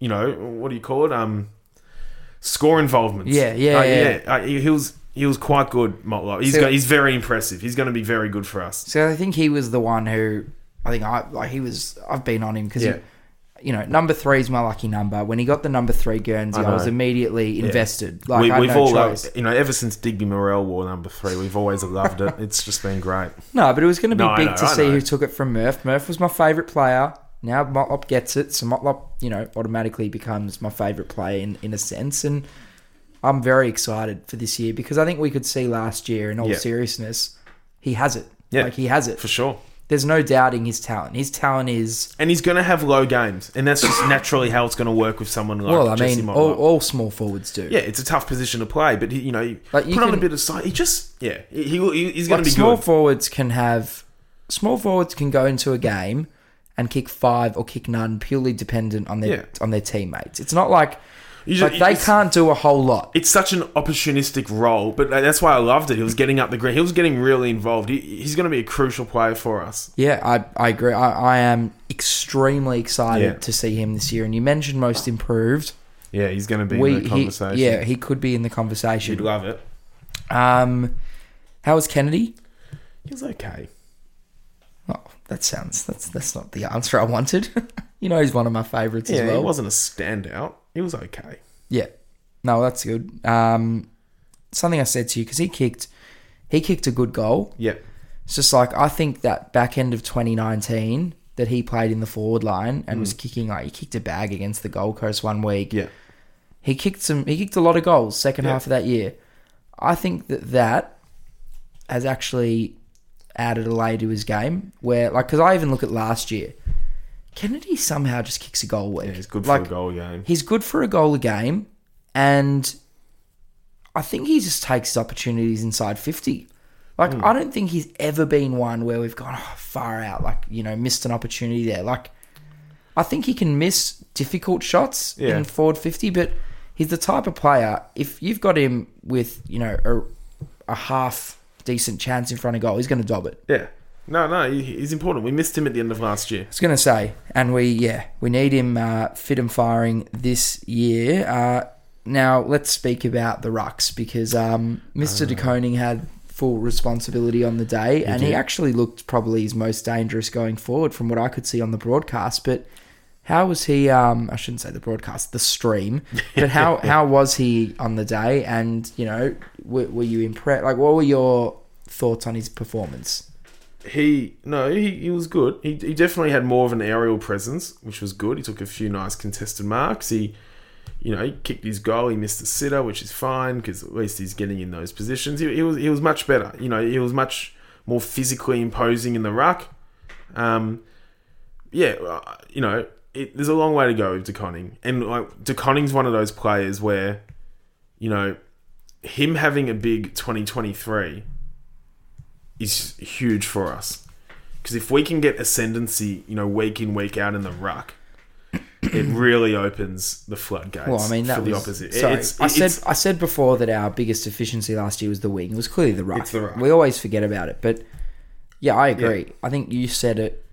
F: you know, what do you call it? Um, score involvements.
E: Yeah, yeah,
F: Uh,
E: yeah.
F: Uh, he, he was he was quite good, Motlop. He's
E: So-
F: go- he's very impressive. He's going to be very good for us.
E: So I think he was the one who I think I like he was I've been on him because
F: Yeah.
E: you know number three is my lucky number. When he got the number three Guernsey, I,
F: know.
E: was immediately invested. Like
F: we,
E: I had
F: we've
E: no
F: all
E: choice.
F: loved, you know, ever since Digby Morell wore number three, we've always loved it. It's just been great.
E: No, but it was going to be
F: No, I
E: big
F: know,
E: to
F: I
E: see
F: know.
E: who took it from Murph. Murph was my favourite player. Now Motlop gets it, so Motlop, you know, automatically becomes my favourite player in, in a sense. And I'm very excited for this year because I think we could see last year, in all
F: Yeah.
E: seriousness, he has it.
F: Yeah,
E: Like he has it.
F: for sure.
E: there's no doubting his talent. His talent is
F: And he's going to have low games, and that's just naturally how it's going to work with someone like
E: well. I
F: Jesse
E: mean,
F: Motlop.
E: all, all small forwards do.
F: yeah, it's a tough position to play, but he, you know, you
E: Like,
F: put
E: you
F: on a
E: can-
F: bit of sight. He just, yeah, he, he- he's going
E: Like,
F: to be
E: small
F: good.
E: forwards can have small forwards can go into a game and kick five or kick none purely dependent on their
F: Yeah.
E: on their teammates. It's not like
F: You ju-
E: like they
F: it's-
E: can't do a whole lot.
F: It's such an opportunistic role, but that's why I loved it. He was getting up the ground. He was getting really involved. He, he's going to be a crucial player for us.
E: Yeah, I, I agree. I, I am extremely excited
F: Yeah.
E: to see him this year. And you mentioned most improved.
F: Yeah, he's going to be in
E: We
F: the
E: he,
F: conversation.
E: yeah, he could be in the conversation.
F: you'd love it.
E: Um, how was Kennedy?
F: He was okay.
E: Oh, that sounds that's that's not the answer I wanted. you know, he's one of my favourites
F: Yeah,
E: as well.
F: he wasn't a standout. He was okay.
E: Yeah, no, that's good. Um, something I said to you because he kicked, he kicked a good goal.
F: Yeah,
E: It's just like I think that back end of 2019 that he played in the forward line and was kicking like he kicked a bag against the Gold Coast one week.
F: Mm. yeah.
E: He kicked some. He kicked a lot of goals second
F: Yeah.
E: half of that year. I think that that has actually added a layer to his game. Where like, because I even look at last year, Kennedy somehow just kicks a goal. a Week.
F: Yeah, he's good
E: like,
F: for a goal game.
E: He's good for a goal a game, and I think he just takes his opportunities inside fifty. Like
F: Hmm.
E: I don't think he's ever been one where we've gone oh, far out. Like you know, missed an opportunity there. Like I think he can miss difficult shots
F: Yeah.
E: in forward 50, but he's the type of player, if you've got him with, you know, a, a half decent chance in front of goal, he's going to dob it.
F: Yeah. No, no, he, he's important. We missed him at the end of last year.
E: I was going to say, and we, yeah, we need him uh, fit and firing this year. Uh, now, let's speak about the Rucks because um, Mr. De DeConing had full responsibility on the day, and he actually looked probably his most dangerous going forward from what I could see on the broadcast. But how was he? Um, I shouldn't say the broadcast, the stream, but how, how was he on the day? And, you know, were, were you impressed? Like, what were your thoughts on his performance?
F: He no, he, he was good. He, he definitely had more of an aerial presence, which was good. He took a few nice contested marks. He, you know, he kicked his goal. He missed a sitter, which is fine because at least he's getting in those positions. He, he was he was much better. You know, he was much more physically imposing in the ruck. Um, yeah, uh, you know, it, there's a long way to go with DeConning, and like DeConning's one of those players where, you know, him having a big 2023 is huge for us. Because if we can get ascendancy, you know, week in week out in the ruck, it really opens the floodgates.
E: Well, I mean, that
F: for
E: was,
F: the opposite.
E: Sorry,
F: It's-
E: I said
F: it's-
E: I said before that our biggest efficiency last year was the wing. It was clearly the ruck.
F: It's the ruck.
E: We always forget about it, but yeah, I agree.
F: Yeah.
E: I think you said it.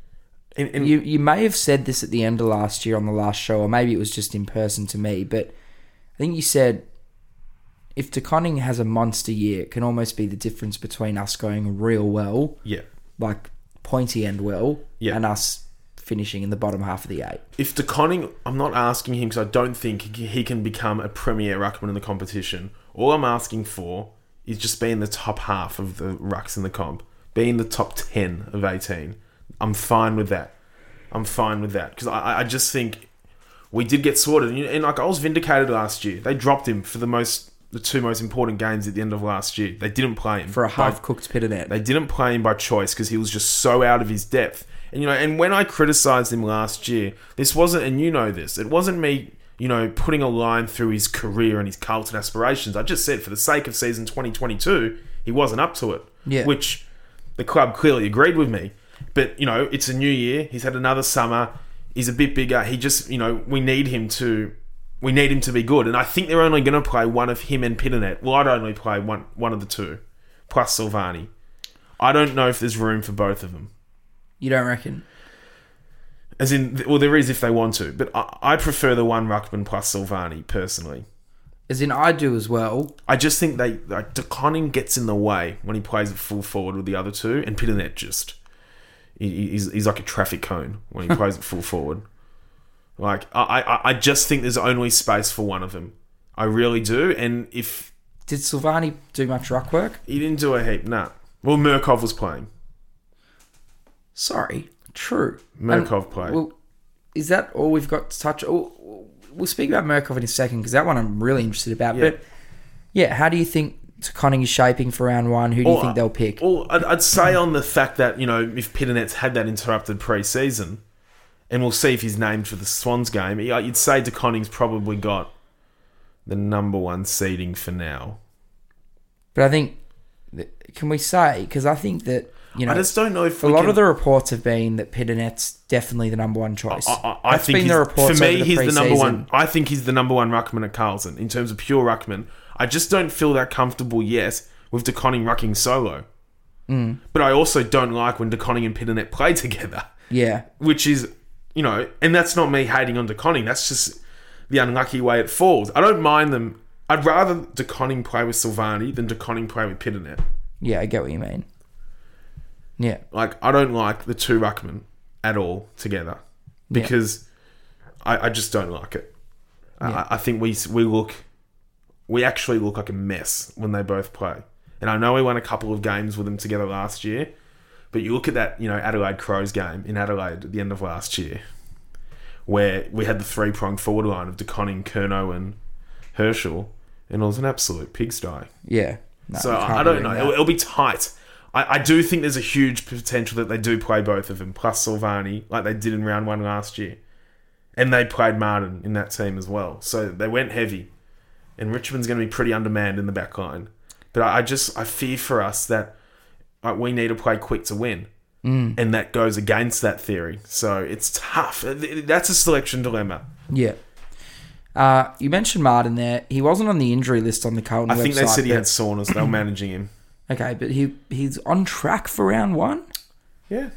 F: and- and-
E: You you may have said this at the end of last year on the last show, or maybe it was just in person to me. But I think you said if DeConning has a monster year, it can almost be the difference between us going real well,
F: yeah.
E: like pointy and well,
F: Yeah.
E: and us finishing in the bottom half of the eight.
F: if DeConning, I'm not asking him because I don't think he he can become a premier ruckman in the competition. All I'm asking for is just being the top half of the rucks in the comp, being the top ten of 18. I'm fine with that. I'm fine with that because I, I- I just think we did get sorted, and, you- and like I was vindicated last year. They dropped him for the most, the two most important games at the end of last year. They didn't play him
E: For a
F: By-
E: half cooked pit of net.
F: they didn't play him by choice because he was just so out of his depth. And you know, and when I criticised him last year, this wasn't, and you know this, it wasn't me, you know, putting a line through his career and his Carlton aspirations. I just said for the sake of season 2022, he wasn't up to it.
E: Yeah.
F: Which the club clearly agreed with me. But you know, it's a new year. He's had another summer. He's a bit bigger. He just, you know, we need him to, we need him to be good. And I think they're only going to play one of him and Pinnonet. Well, I'd only play one one of the two, plus Silvani. I don't know if there's room for both of them.
E: you don't reckon?
F: As in, well, there is if they want to, but I, I prefer the one Ruckman plus Silvani personally.
E: As in, I do as well.
F: I just think they like DeConning gets in the way when he plays at full forward with the other two, and Pitternet just he- he's, he's like a traffic cone when he plays at full forward. Like I, I I just think there's only space for one of them. I really do, and if
E: Did Silvani do much ruck work?
F: he didn't do a heap, nah. Well, Murkov was playing.
E: Sorry, true.
F: Murkov
E: And-
F: played.
E: Well, is that all we've got to touch? oh, We'll speak about Murkov in a second because that one I'm really interested about. But yeah, how do you think Conning's shaping for round one? Who do you
F: Or-
E: think they'll pick?
F: Or I'd, I'd say on the fact that you know if Pitternett's had that interrupted pre-season, and we'll see if he's named for the Swans game. yeah, You'd say DeConning's probably got the number one seeding for now.
E: But I think, th- can we say? Because I think that you know,
F: I just don't know if
E: a
F: we
E: lot
F: can-
E: of the reports have been that Pitternett's definitely the number one choice.
F: I, I, I
E: That's
F: think
E: been
F: he's,
E: the reports
F: for me,
E: over the
F: he's the number
E: preseason.
F: one. I think he's the number one ruckman at Carlton in terms of pure ruckman. I just don't feel that comfortable yet with DeConning rucking solo.
E: Mm.
F: But I also don't like when DeConning and Pitternet play together.
E: Yeah,
F: which is, you know, and that's not me hating on DeConning. That's just the unlucky way it falls. I don't mind them. I'd rather DeConning play with Silvani than DeConning play with Pitternet.
E: yeah, I get what you mean. Yeah,
F: Like, I don't like the two ruckmen at all together because I, I just don't like it. I- I, I think we we look, we actually look like a mess when they both play. And I know we won a couple of games with them together last year, but you look at that, you know, Adelaide Crows game in Adelaide at the end of last year, where we had the three pronged forward line of DeConning, Kerno, and Herschel, and it was an absolute pigsty.
E: yeah. No,
F: So
E: you can't
F: I, I don't
E: be
F: know.
E: doing
F: It'll,
E: that.
F: it'll be tight. I, I do think there's a huge potential that they do play both of them, plus Silvani, like they did in round one last year. And they played Martin in that team as well. So they went heavy. And Richmond's going to be pretty undermanned in the back line. But I, I just, I fear for us that like, we need to play quick to win.
E: Mm.
F: And that goes against that theory. So it's tough. Th- th- That's a selection dilemma.
E: Yeah. Uh, you mentioned Martin there. He wasn't on the injury list on the Carlton
F: I
E: website.
F: think they said he
E: but-
F: had soreness. They were managing him.
E: Okay, but he he's on track for round one.
F: Yeah.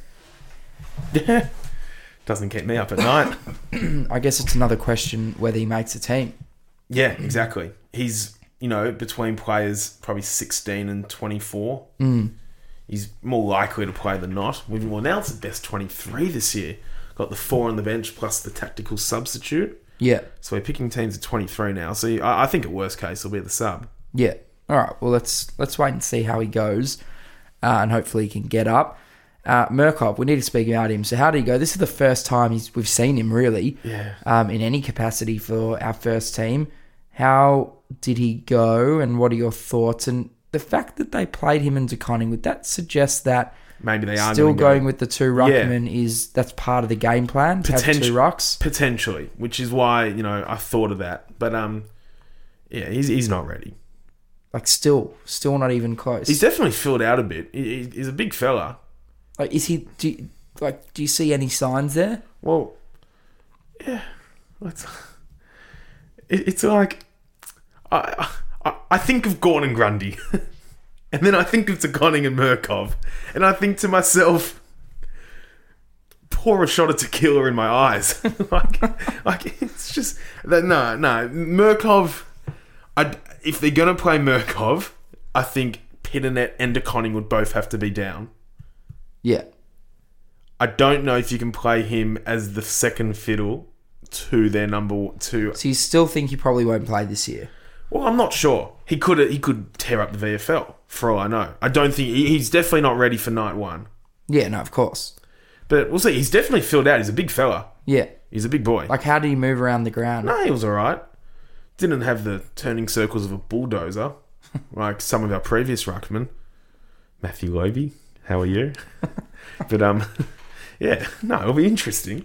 F: Yeah. Doesn't keep me up at night.
E: I guess it's another question whether he makes a team.
F: Yeah, exactly. He's you know between players probably sixteen and twenty four.
E: Hmm.
F: Mm. He's more likely to play than not. We've well now it's the best twenty three this year. Got the four on the bench plus the tactical substitute.
E: Yeah,
F: So we're picking teams at twenty three now. So I, I think at worst case he'll be the sub.
E: yeah. All right. Well, let's let's wait and see how he goes, uh, and hopefully he can get up. Uh, Murkop, we need to speak about him. So how did he go? This is the first time he's, we've seen him really,
F: Yeah.
E: um, in any capacity for our first team. How did he go, and what are your thoughts? And the fact that they played him into Conning would that suggest that
F: Maybe they are
E: still
F: gonna go-
E: going with the two ruckmen is that's part of the game plan to have two
F: Potenti-
E: rucks.
F: potentially, which is why you know I thought of that. But um, yeah, he's he's not ready.
E: Like still, still not even close.
F: He's definitely filled out a bit. He, he- he's a big fella.
E: like, is he? Do you, like, do you see any signs there?
F: Well, yeah, it's, it, it's like I, I I think of Gordon Grundy, and then I think of Takoning and Murkov, and I think to myself, pour a shot of tequila in my eyes. like, like it's just that no, no Murkov. I if they're gonna play Murkov, I think Pitternet and Deconning would both have to be down.
E: Yeah,
F: I don't know if you can play him as the second fiddle to their number two.
E: So you still think he probably won't play this year?
F: Well, I'm not sure. He could he could tear up the VFL for all I know. I don't think he- he's definitely not ready for night one.
E: Yeah, no, of course.
F: But we'll see. He's definitely filled out. He's a big fella.
E: Yeah,
F: He's a big boy.
E: like how do you move around the ground?
F: no, he was all right. Didn't have the turning circles of a bulldozer like some of our previous ruckmen. Matthew Loby, how are you? but um, yeah, no, it'll be interesting.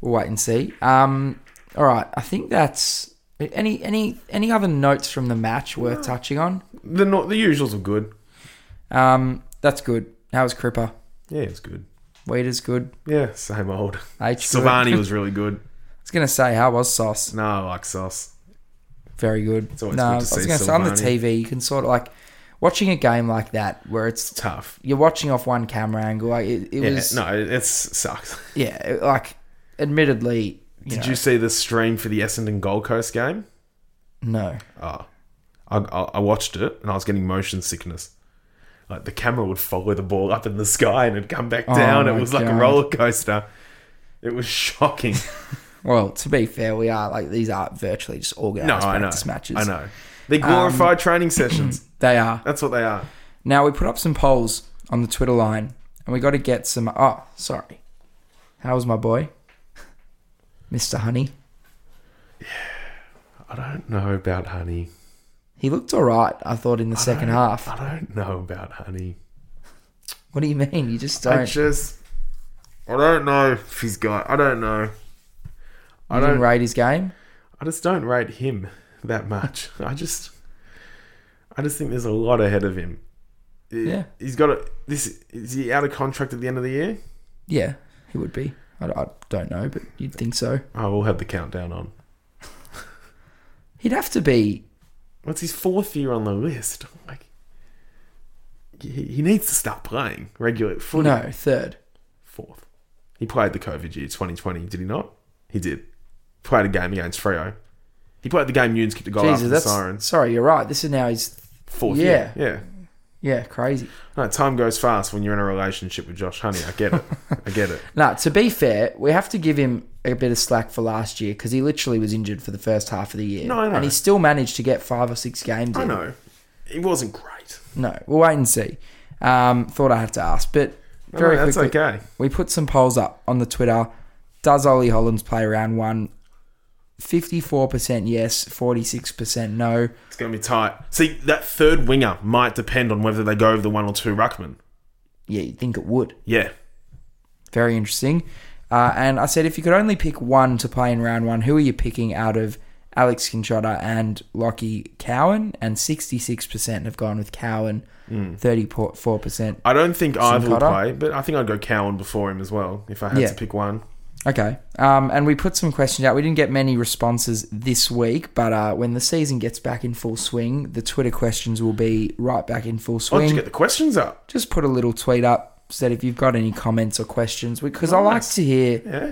E: We'll wait and see. Um, all right, I think that's any any any other notes from the match worth touching on.
F: The not the usuals are good.
E: Um, that's good. How was Cripper?
F: Yeah, it's good.
E: Weeder's good.
F: Yeah, same old.
E: H good.
F: Silvani was really good.
E: I was gonna say how was Sauce?
F: No, I like Sauce.
E: Very good.
F: always
E: no,
F: good to
E: I was
F: see
E: gonna say on the
F: Silvani.
E: TV you can sort of like watching a game like that where it's
F: Tough.
E: you're watching off one camera angle. Like it, it
F: Yeah,
E: was
F: no, it it's, sucks.
E: yeah, it- like admittedly. You
F: Did
E: know,
F: you see the stream for the Essendon Gold Coast game?
E: No.
F: I, I, I watched it and I was getting motion sickness. Like the camera would follow the ball up in the sky and it'd come back down.
E: Oh my
F: it was like a
E: God.
F: roller coaster. It was shocking.
E: Well, to be fair, we are like these are virtually just organized
F: no, I know.
E: practice matches. Um,
F: I know. They're glorified training sessions.
E: They are.
F: That's what they are.
E: Now we put up some polls on the Twitter line and we got to get some oh, sorry. How was my boy? Mr. Honey.
F: I don't know about Honey.
E: He looked all right, I thought, in the second half.
F: I don't know about honey.
E: What do you mean? You just
F: I
E: don't.
F: just, I don't know if he's got. I don't know. I
E: you didn't
F: don't.
E: rate his game.
F: I just don't rate him that much. I just, I just think there's a lot ahead of him. He-
E: Yeah.
F: he's got a, this. Is he out of contract at the end of the year?
E: Yeah, he would be. I, I don't know, but you'd think so.
F: Oh, we'll have the countdown on.
E: He'd have to be.
F: What's his fourth year on the list? Like, he, he needs to start playing regular footy.
E: No, third.
F: Fourth. He played the COVID year 2020, did he not? He did. Played a game against Freo. He played the game Nunes kicked a goal
E: Jesus,
F: after the
E: that's.
F: sirens.
E: Sorry, you're right. This is now his.
F: Fourth
E: Yeah.
F: year. Yeah.
E: Yeah, crazy.
F: No, time goes fast when you're in a relationship with Josh Honey. I get it. I get it.
E: Now, to be fair, we have to give him a bit of slack for last year because he literally was injured for the first half of the year.
F: No, I know.
E: And he still managed to get five or six games
F: I
E: in.
F: know. It wasn't great.
E: No, we'll wait and see. Um, thought I had to ask, but very
F: no, Oh, that's
E: quickly,
F: okay.
E: we put some polls up on the Twitter. Does Ollie Hollands play round one? Fifty-four percent yes, forty-six percent no.
F: It's going to be tight. See, that third winger might depend on whether they go over the one or two ruckman.
E: Yeah, you'd think it would.
F: Yeah.
E: Very interesting. Uh, and I said, if you could only pick one to play in round one, who are you picking out of Alex Kinchotta and Lockie Cowan? And 66% have gone with Cowan, 34%.
F: I don't think either will
E: Sincotta?
F: play, but I think I'd go Cowan before him as well if I had
E: Yeah.
F: to pick one.
E: Okay. Um, and we put some questions out. We didn't get many responses this week, but uh, when the season gets back in full swing, the Twitter questions will be right back in full
F: Oh, did you
E: swing.
F: get the questions up?
E: Just put a little tweet up, said if you've got any comments or questions, because I like to hear.
F: Yeah.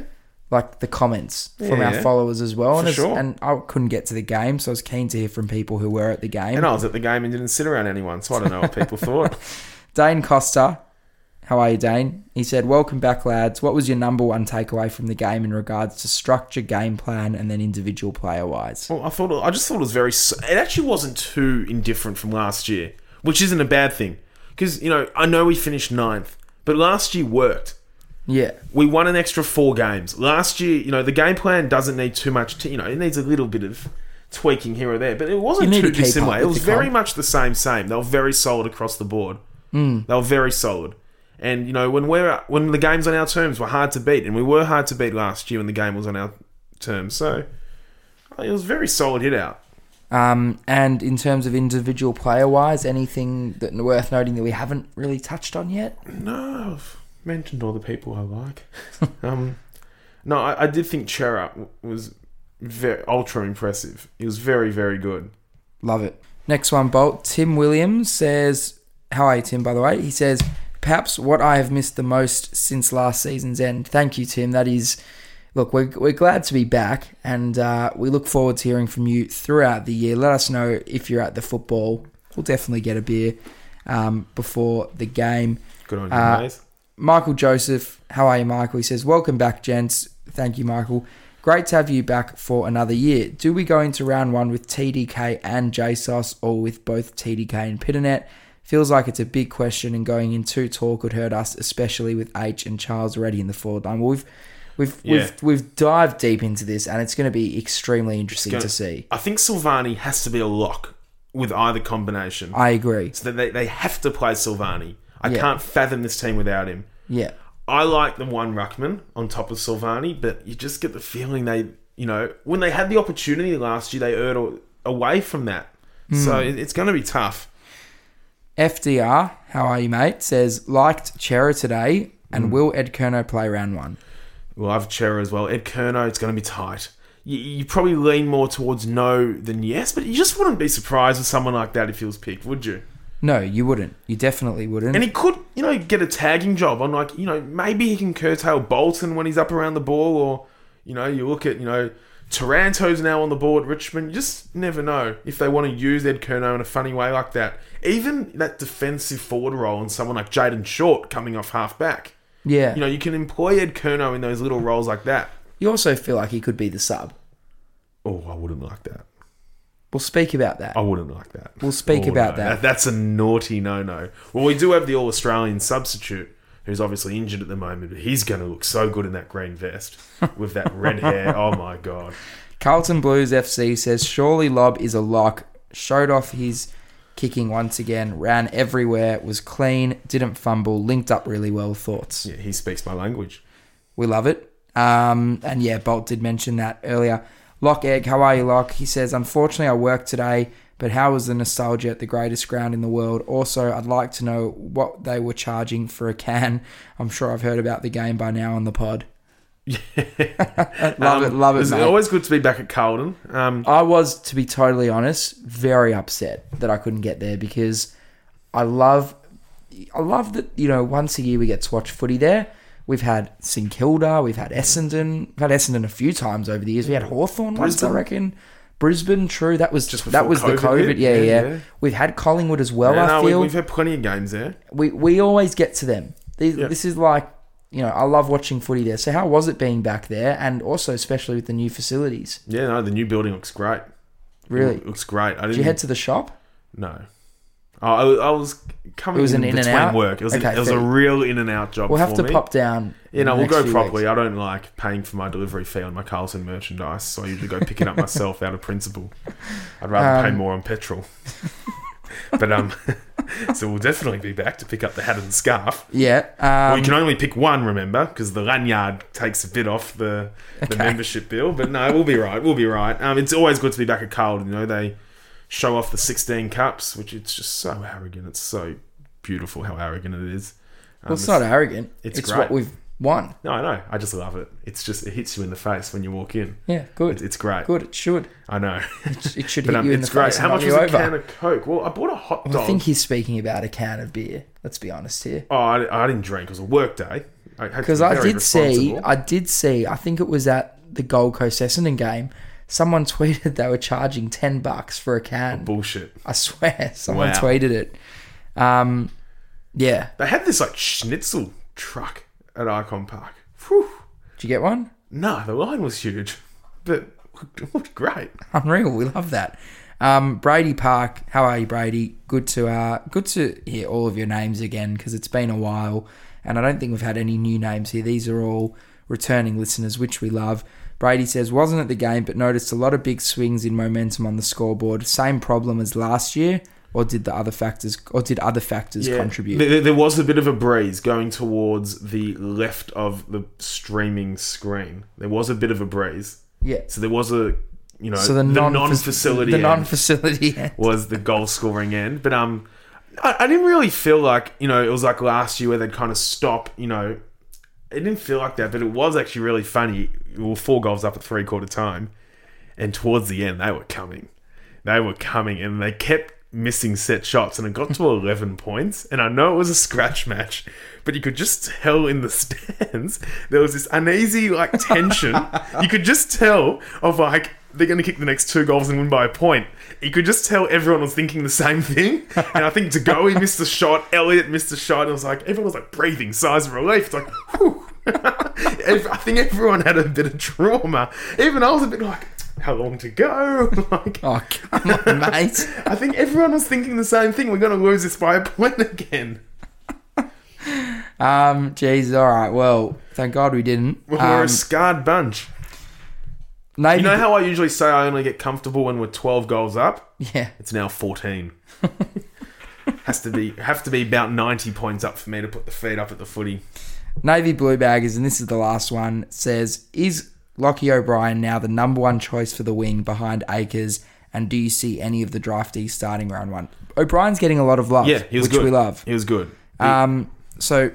E: like the comments from
F: Yeah,
E: our
F: yeah.
E: followers as well.
F: For
E: and it's-
F: sure.
E: and I couldn't get to the game, so I was keen to hear from people who were at the game.
F: And I was at the game and didn't sit around anyone, so I don't know what people thought.
E: Dane Costa, how are you, Dane? He said, "Welcome back, lads. What was your number one takeaway from the game in regards to structure, game plan, and then individual player wise?"
F: Well, I thought I just thought it was very. s- It actually wasn't too indifferent from last year, which isn't a bad thing because you know I know we finished ninth, but last year worked.
E: Yeah,
F: We won an extra four games last year. You know the game plan doesn't need too much. T- you know it needs a little bit of tweaking here or there, but it wasn't
E: You need
F: too
E: to keep up
F: dissimilar. It
E: with
F: was
E: the
F: very
E: comp.
F: much the same. Same. They were very solid across the board.
E: Mm.
F: They were very solid. And you know when we're when the games on our terms were hard to beat, and we were hard to beat last year when the game was on our terms. So it was a very solid hit out.
E: um, and in terms of individual player wise, anything that worth noting that we haven't really touched on yet?
F: No, I've mentioned all the people I like. um, no, I, I did think Chera w- was very ultra impressive. He was very, very good.
E: Love it. Next one, Bolt. Tim Williams says, How are you, Tim, by the way? He says, Perhaps what I have missed the most since last season's end. Thank you, Tim. That is, look, we're, we're glad to be back and uh, we look forward to hearing from you throughout the year. Let us know if you're at the football. We'll definitely get a beer um, before the game.
F: Good on you,
E: Uh,
F: Mays.
E: Michael Joseph, how are you, Michael? He says, Welcome back, gents. Thank you, Michael. Great to have you back for another year. Do we go into round one with TDK and JSOS or with both TDK and Pitternet? Feels like it's a big question, and going in too tall could hurt us, especially with H and Charles already in the forward line. Well, we've we've
F: Yeah.
E: we've we've dived deep into this, and it's going to be extremely interesting
F: Gonna-
E: to see.
F: I think Silvani has to be a lock with either combination.
E: I agree.
F: so they, they have to play Silvani. I
E: Yeah.
F: can't fathom this team without him.
E: Yeah,
F: I like the one Ruckman on top of Silvani, but you just get the feeling they, you know, when they had the opportunity last year, they erred a- away from that. So
E: Hmm.
F: it, it's going to be tough.
E: FDR, how are you, mate? Says liked Chera today, and
F: Mm.
E: will Ed Kerno play round one?
F: Well, I've Chera as well. Ed Kerno, it's going to be tight. You, you probably lean more towards no than yes, but you just wouldn't be surprised with someone like that if he was picked, would you?
E: No, you wouldn't. You definitely wouldn't.
F: And he could, you know, get a tagging job on like, you know, maybe he can curtail Bolton when he's up around the ball, or you know, you look at, you know, Taranto's now on the ball at Richmond. You just never know if they want to use Ed Kerno in a funny way like that. Even that defensive forward role and someone like Jaden Short coming off half back.
E: yeah.
F: You know, you can employ Ed Kerno in those little roles like that.
E: you also feel like he could be the sub.
F: Oh, I wouldn't like that.
E: We'll speak about that.
F: I wouldn't like that. Oh,
E: We'll speak about
F: no,
E: that.
F: That's a naughty no no. Well, we do have the All Australian substitute who's obviously injured at the moment, but he's going to look so good in that green vest with that red hair. Oh my god!
E: Carlton Blues FC says surely Lob is a lock showed off his kicking once again, ran everywhere, was clean, didn't fumble, linked up really well. Thoughts?
F: Yeah, he speaks my language.
E: We love it. Um, and yeah, Bolt did mention that earlier. Lock Egg, how are you, Lock? He says, Unfortunately, I work today, but how is the nostalgia at the greatest ground in the world? Also, I'd like to know what they were charging for a can. I'm sure I've heard about the game by now on the pod. love it, love it,
F: Um, It's
E: mate.
F: always good to be back at Carlton. Um,
E: I was, to be totally honest, very upset that I couldn't get there because I love, I love that you know once a year we get to watch footy there. We've had St Kilda, we've had Essendon, we've had Essendon a few times over the years. We had Hawthorn once, I
F: Brisbane.
E: reckon. Brisbane, true. That was
F: Just
E: that
F: before
E: was the
F: COVID
E: COVID.
F: hit.
E: Yeah,
F: Yeah,
E: yeah,
F: yeah.
E: We've had Collingwood as well.
F: yeah,
E: I
F: no, we,
E: feel
F: we've had plenty of games there.
E: we we always get to them. These,
F: Yeah.
E: This is like you know I love watching footy there. So how was it being back there, and also especially with the new facilities?
F: Yeah, no, the new building looks great.
E: Really,
F: It looks great. I didn't
E: did you head to the shop?
F: No. Oh, I, was- I was coming
E: It was
F: in,
E: an in and
F: between
E: out?
F: work. It was, an-
E: Okay,
F: it was a
E: fair.
F: real in and out job.
E: We'll have
F: for
E: to
F: me.
E: pop down.
F: You know,
E: the
F: we'll
E: next
F: go
E: few
F: properly.
E: weeks.
F: I don't like paying for my delivery fee on my Carlton merchandise, so I usually go pick it up myself out of principle. I'd rather
E: Um,
F: pay more on petrol. but um, so we'll definitely be back to pick up the hat and scarf.
E: Yeah.
F: Well,
E: Um,
F: you can only pick one, remember, because the lanyard takes a bit off the, the membership bill. But no, we'll be right. We'll be right. Um, it's always good to be back at Carlton. You know, they show off the 16 cups, which it's just so arrogant. It's so beautiful how arrogant it is. Um,
E: well, it's not arrogant.
F: it's
E: It's,
F: great.
E: what we've won.
F: No, I know. I just love it. It's just it hits you in the face when you walk in.
E: Yeah, good.
F: It's, it's great.
E: Good. It should.
F: I know.
E: It should
F: but
E: hit
F: um,
E: you in
F: it's
E: the
F: great.
E: face.
F: How
E: and
F: much
E: knock
F: was
E: you
F: a
E: over.
F: can of Coke? Well, I bought a hot dog.
E: I think he's speaking about a can of beer. Let's be honest here.
F: oh, I, I didn't drink. It was a work day.
E: Because I did see, I did see, I think it was at the Gold Coast Essendon game. Someone tweeted they were charging ten bucks for a can.
F: bullshit.
E: I swear, someone
F: Oh, Wow.
E: tweeted it. Um, yeah.
F: They had this like schnitzel truck at Icon Park. Whew.
E: Did you get one?
F: No, the line was huge, but it looked great.
E: Unreal. We love that. Um, Brady Park, how are you, Brady? Good to uh, good to hear all of your names again because it's been a while, and I don't think we've had any new names here. These are all returning listeners, which we love. Brady says wasn't at the game, but noticed a lot of big swings in momentum on the scoreboard. Same problem as last year, or did the other factors, or did other factors contribute?
F: There, there- there was a bit of a breeze going towards the left of the streaming screen. There was a bit of a breeze.
E: yeah.
F: So there was a, you know,
E: So
F: the,
E: the, non
F: non-facility
E: the
F: end
E: non-facility end.
F: was the goal scoring end. But um, I, I didn't really feel like you know it was like last year where they'd kind of stop. You know, it didn't feel like that, but it was actually really funny. We were four goals up at three quarter time, and towards the end they were coming, they were coming, and they kept missing set shots, and it got to eleven points. And I know it was a scratch match, but you could just tell in the stands there was this uneasy like tension. you could just tell of like they're going to kick the next two goals and win by a point. You could just tell everyone was thinking the same thing. And I think Degoe missed a shot, Elliot missed a shot, and it was like everyone was like breathing sighs of relief. It's like, whew. Ev- I think everyone had a bit of trauma. Even I was a bit like, how long to go? like,
E: Oh come on, mate.
F: I think everyone was thinking the same thing. We're going to lose this by a point again.
E: Um, jeez. All right. Well, thank God we didn't.
F: We're
E: Um,
F: a scarred bunch.
E: Navy
F: You know how I usually say I only get comfortable when we're 12 goals up?
E: Yeah.
F: It's now 14. Has to be have to be about 90 points up for me to put the feet up at the footy.
E: Navy Blue Baggers, and this is the last one, says Is Lockie O'Brien now the number one choice for the wing behind Akers? And do you see any of the draftees starting round one? O'Brien's getting a lot of love,
F: Yeah, he was
E: which
F: good.
E: we love.
F: He was good.
E: Um, so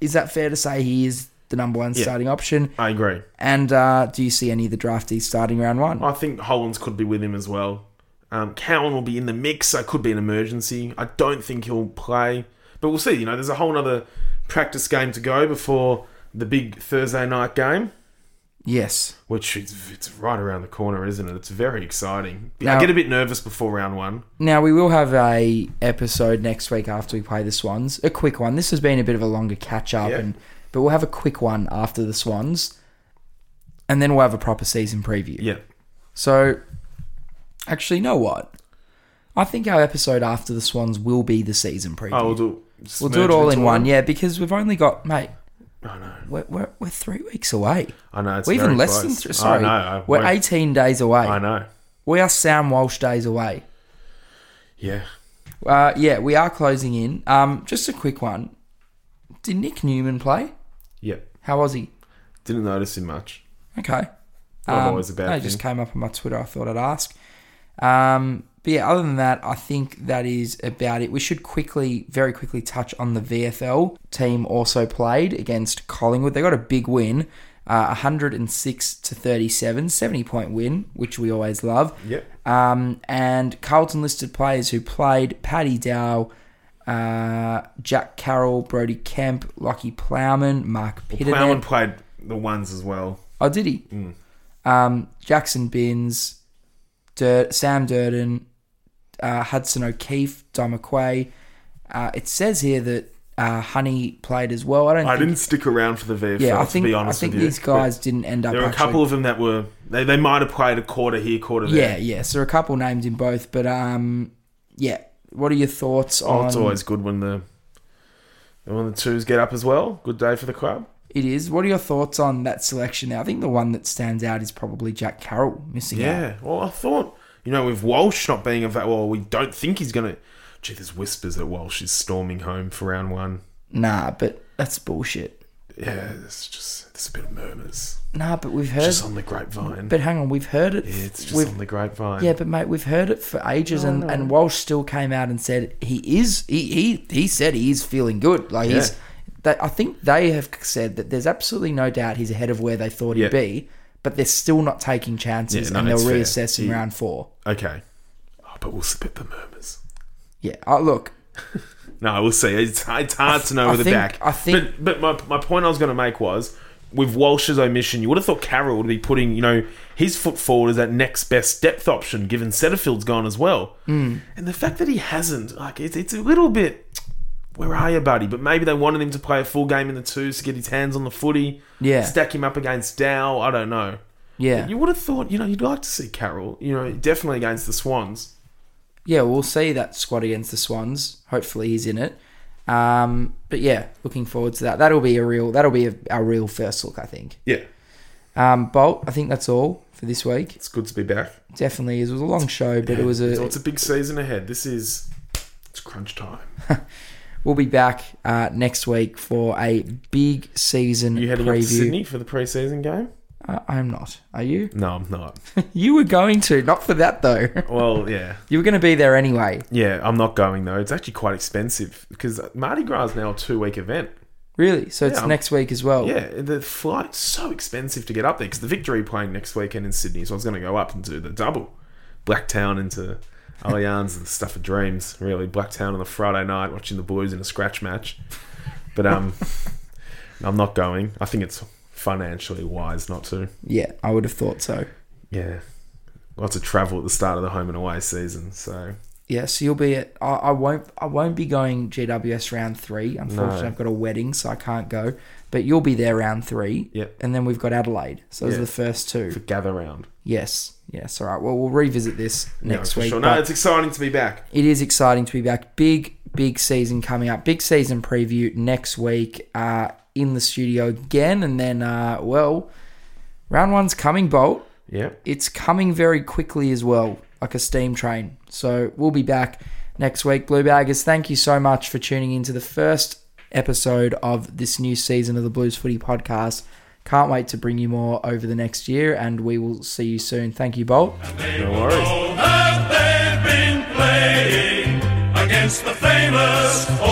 E: is that fair to say he is the number one starting option?
F: I agree.
E: And uh, do you see any of the draftees starting round one?
F: I think Hollands could be with him as well. Um, Cowan will be in the mix. So it could be an emergency. I don't think he'll play, but we'll see. You know, there's a whole other practice game to go before the big Thursday night game,
E: Yes.
F: which is it's right around the corner, isn't it? It's very exciting. I
E: Now-
F: get a bit nervous before round one.
E: Now we will have a episode next week after we play the Swans. A quick one. This has been a bit of a longer catch up,
F: Yeah.
E: and but we'll have a quick one after the Swans, and then we'll have a proper season preview.
F: Yeah,
E: So, actually, you know what? I think our episode after the Swans will be the season preview.
F: oh, we'll do.
E: we'll do it all in one, yeah, because we've only got mate.
F: I know.
E: We're, we're, we're three weeks away.
F: I know. It's
E: We're even
F: very
E: less than
F: close.
E: three. Sorry,
F: I know. I
E: we're
F: won't-
E: eighteen days away.
F: I know.
E: We are Sam Walsh days away.
F: Yeah.
E: Uh, yeah, we are closing in. Um, just a quick one. Did Nick Newman play?
F: Yep.
E: How was he?
F: Didn't notice him much.
E: Okay.
F: Not always a bad
E: Um, no, it
F: thing.
E: just came up on my Twitter. I thought I'd ask. Um, but yeah, other than that, I think that is about it. We should quickly, very quickly, touch on the VFL team. Also played against Collingwood. They got a big win, uh, 106 to 37, 70 point win, which we always love.
F: Yep.
E: Um, and Carlton listed players who played Paddy Dow, uh, Jack Carroll, Brody Kemp, Lockie Plowman, Mark Pittenden.
F: Plowman Hmm. played the ones as well.
E: Oh, did he? Um, Jackson Binns, Dur- Sam Durden, uh, Hudson O'Keefe, Di McQuay. Uh, it says here that uh, Honey played as well. I don't.
F: I
E: think,
F: didn't stick around for the VFL.
E: Yeah, I think.
F: to be
E: I
F: honest
E: think
F: with you.
E: these guys
F: But
E: didn't end up.
F: There were a
E: actually-
F: couple of them that were. They, they might have played a quarter here, quarter there.
E: Yeah, yeah. So there are a couple names in both, but um, yeah. What are your thoughts
F: Oh,
E: on?
F: it's always good when the when the twos get up as well. Good day for the club.
E: It is. What are your thoughts on that selection? Now, I think the one that stands out is probably Jack Carroll missing out.
F: Yeah. Well, I thought you know with Walsh not being available, well, we don't think he's gonna. Gee, there's whispers that Walsh is storming home for round one.
E: Nah, but that's bullshit.
F: Yeah, it's just there's a bit of murmurs
E: Nah, but we've heard.
F: just on the grapevine.
E: But hang on, we've heard it.
F: yeah, it's just
E: we've
F: on the grapevine.
E: Yeah, but mate, we've heard it for ages, and, and Walsh still came out and said he is. He he, he said he is feeling good. Like he's.
F: Yeah.
E: That I think they have said that there's absolutely no doubt he's ahead of where they thought
F: Yeah.
E: he'd be, but they're still not taking chances,
F: Yeah, no,
E: and they'll
F: it's fair.
E: reassess in
F: He-
E: round four.
F: Okay. Oh, but we'll spit the murmurs.
E: Yeah. Oh, look,
F: No, we'll see. It's, it's hard to know
E: I
F: with
E: think-
F: a back.
E: I think-
F: But, but my, my point I was going to make was with Walsh's omission, you would have thought Carroll would be putting, you know, his foot forward as that next best depth option, given Setterfield's gone as well.
E: Hmm.
F: Mm. And the fact that he hasn't, like, it's, it's a little bit. Where are you, buddy? But maybe they wanted him to play a full game in the twos to get his hands on the footy.
E: Yeah.
F: Stack him up against Dow. I don't know.
E: yeah,
F: You would have thought, you know, you'd like to see Carroll, you know, definitely against the Swans.
E: yeah. We'll see that squad against the Swans. Hopefully, he's in it. Um, but yeah, looking forward to that. That'll be a real. That'll be a, a real first look, I think.
F: Yeah.
E: Um, Bolt, I think that's all for this week.
F: It's good to be back.
E: Definitely, is. it was a long show, but it was a.
F: So it's a big season ahead. This is it's crunch time.
E: We'll be back uh, next week for a big season
F: You heading up to
E: preview.
F: Sydney for the preseason game?
E: I- I'm not. Are you?
F: No, I'm not.
E: You were going to, not for that though.
F: well, yeah,
E: you were going to be there anyway.
F: yeah, I'm not going though. It's actually quite expensive because Mardi Gras is now a two week event.
E: Really? So it's
F: Yeah, I'm-
E: next week as well.
F: Yeah, the flight's so expensive to get up there because the Victory playing next weekend in Sydney, so I was going to go up and do the double, Blacktown into Allianz, the stuff of dreams, really. Blacktown on the Friday night, watching the boys in a scratch match, but um, I'm not going. I think it's financially wise not to.
E: Yeah, I would have thought so.
F: yeah, lots of travel at the start of the home and away season. So
E: Yeah, so you'll be at. I, I won't. I won't be going GWS round three. Unfortunately, I've got a wedding, so I can't go. But you'll be there round three.
F: Yep.
E: And then we've got Adelaide. So those
F: Yeah.
E: are the first two.
F: gather round
E: Yes. Yes. All right. Well, we'll revisit this next
F: for
E: week.
F: Sure.
E: but-
F: No, it's exciting to be back.
E: it is exciting to be back. Big, big season coming up. Big season preview next week uh, in the studio again. And then, uh, well, round one's coming, Bolt.
F: Yeah,
E: It's coming very quickly as well, like a steam train. So we'll be back next week. Blue Baggers, thank you so much for tuning in to the first episode of this new season of the Blues Footy podcast. Can't wait to bring you more over the next year, and we will see you soon. Thank you, Bolt.
F: no worries.
G: have they been playing against the famous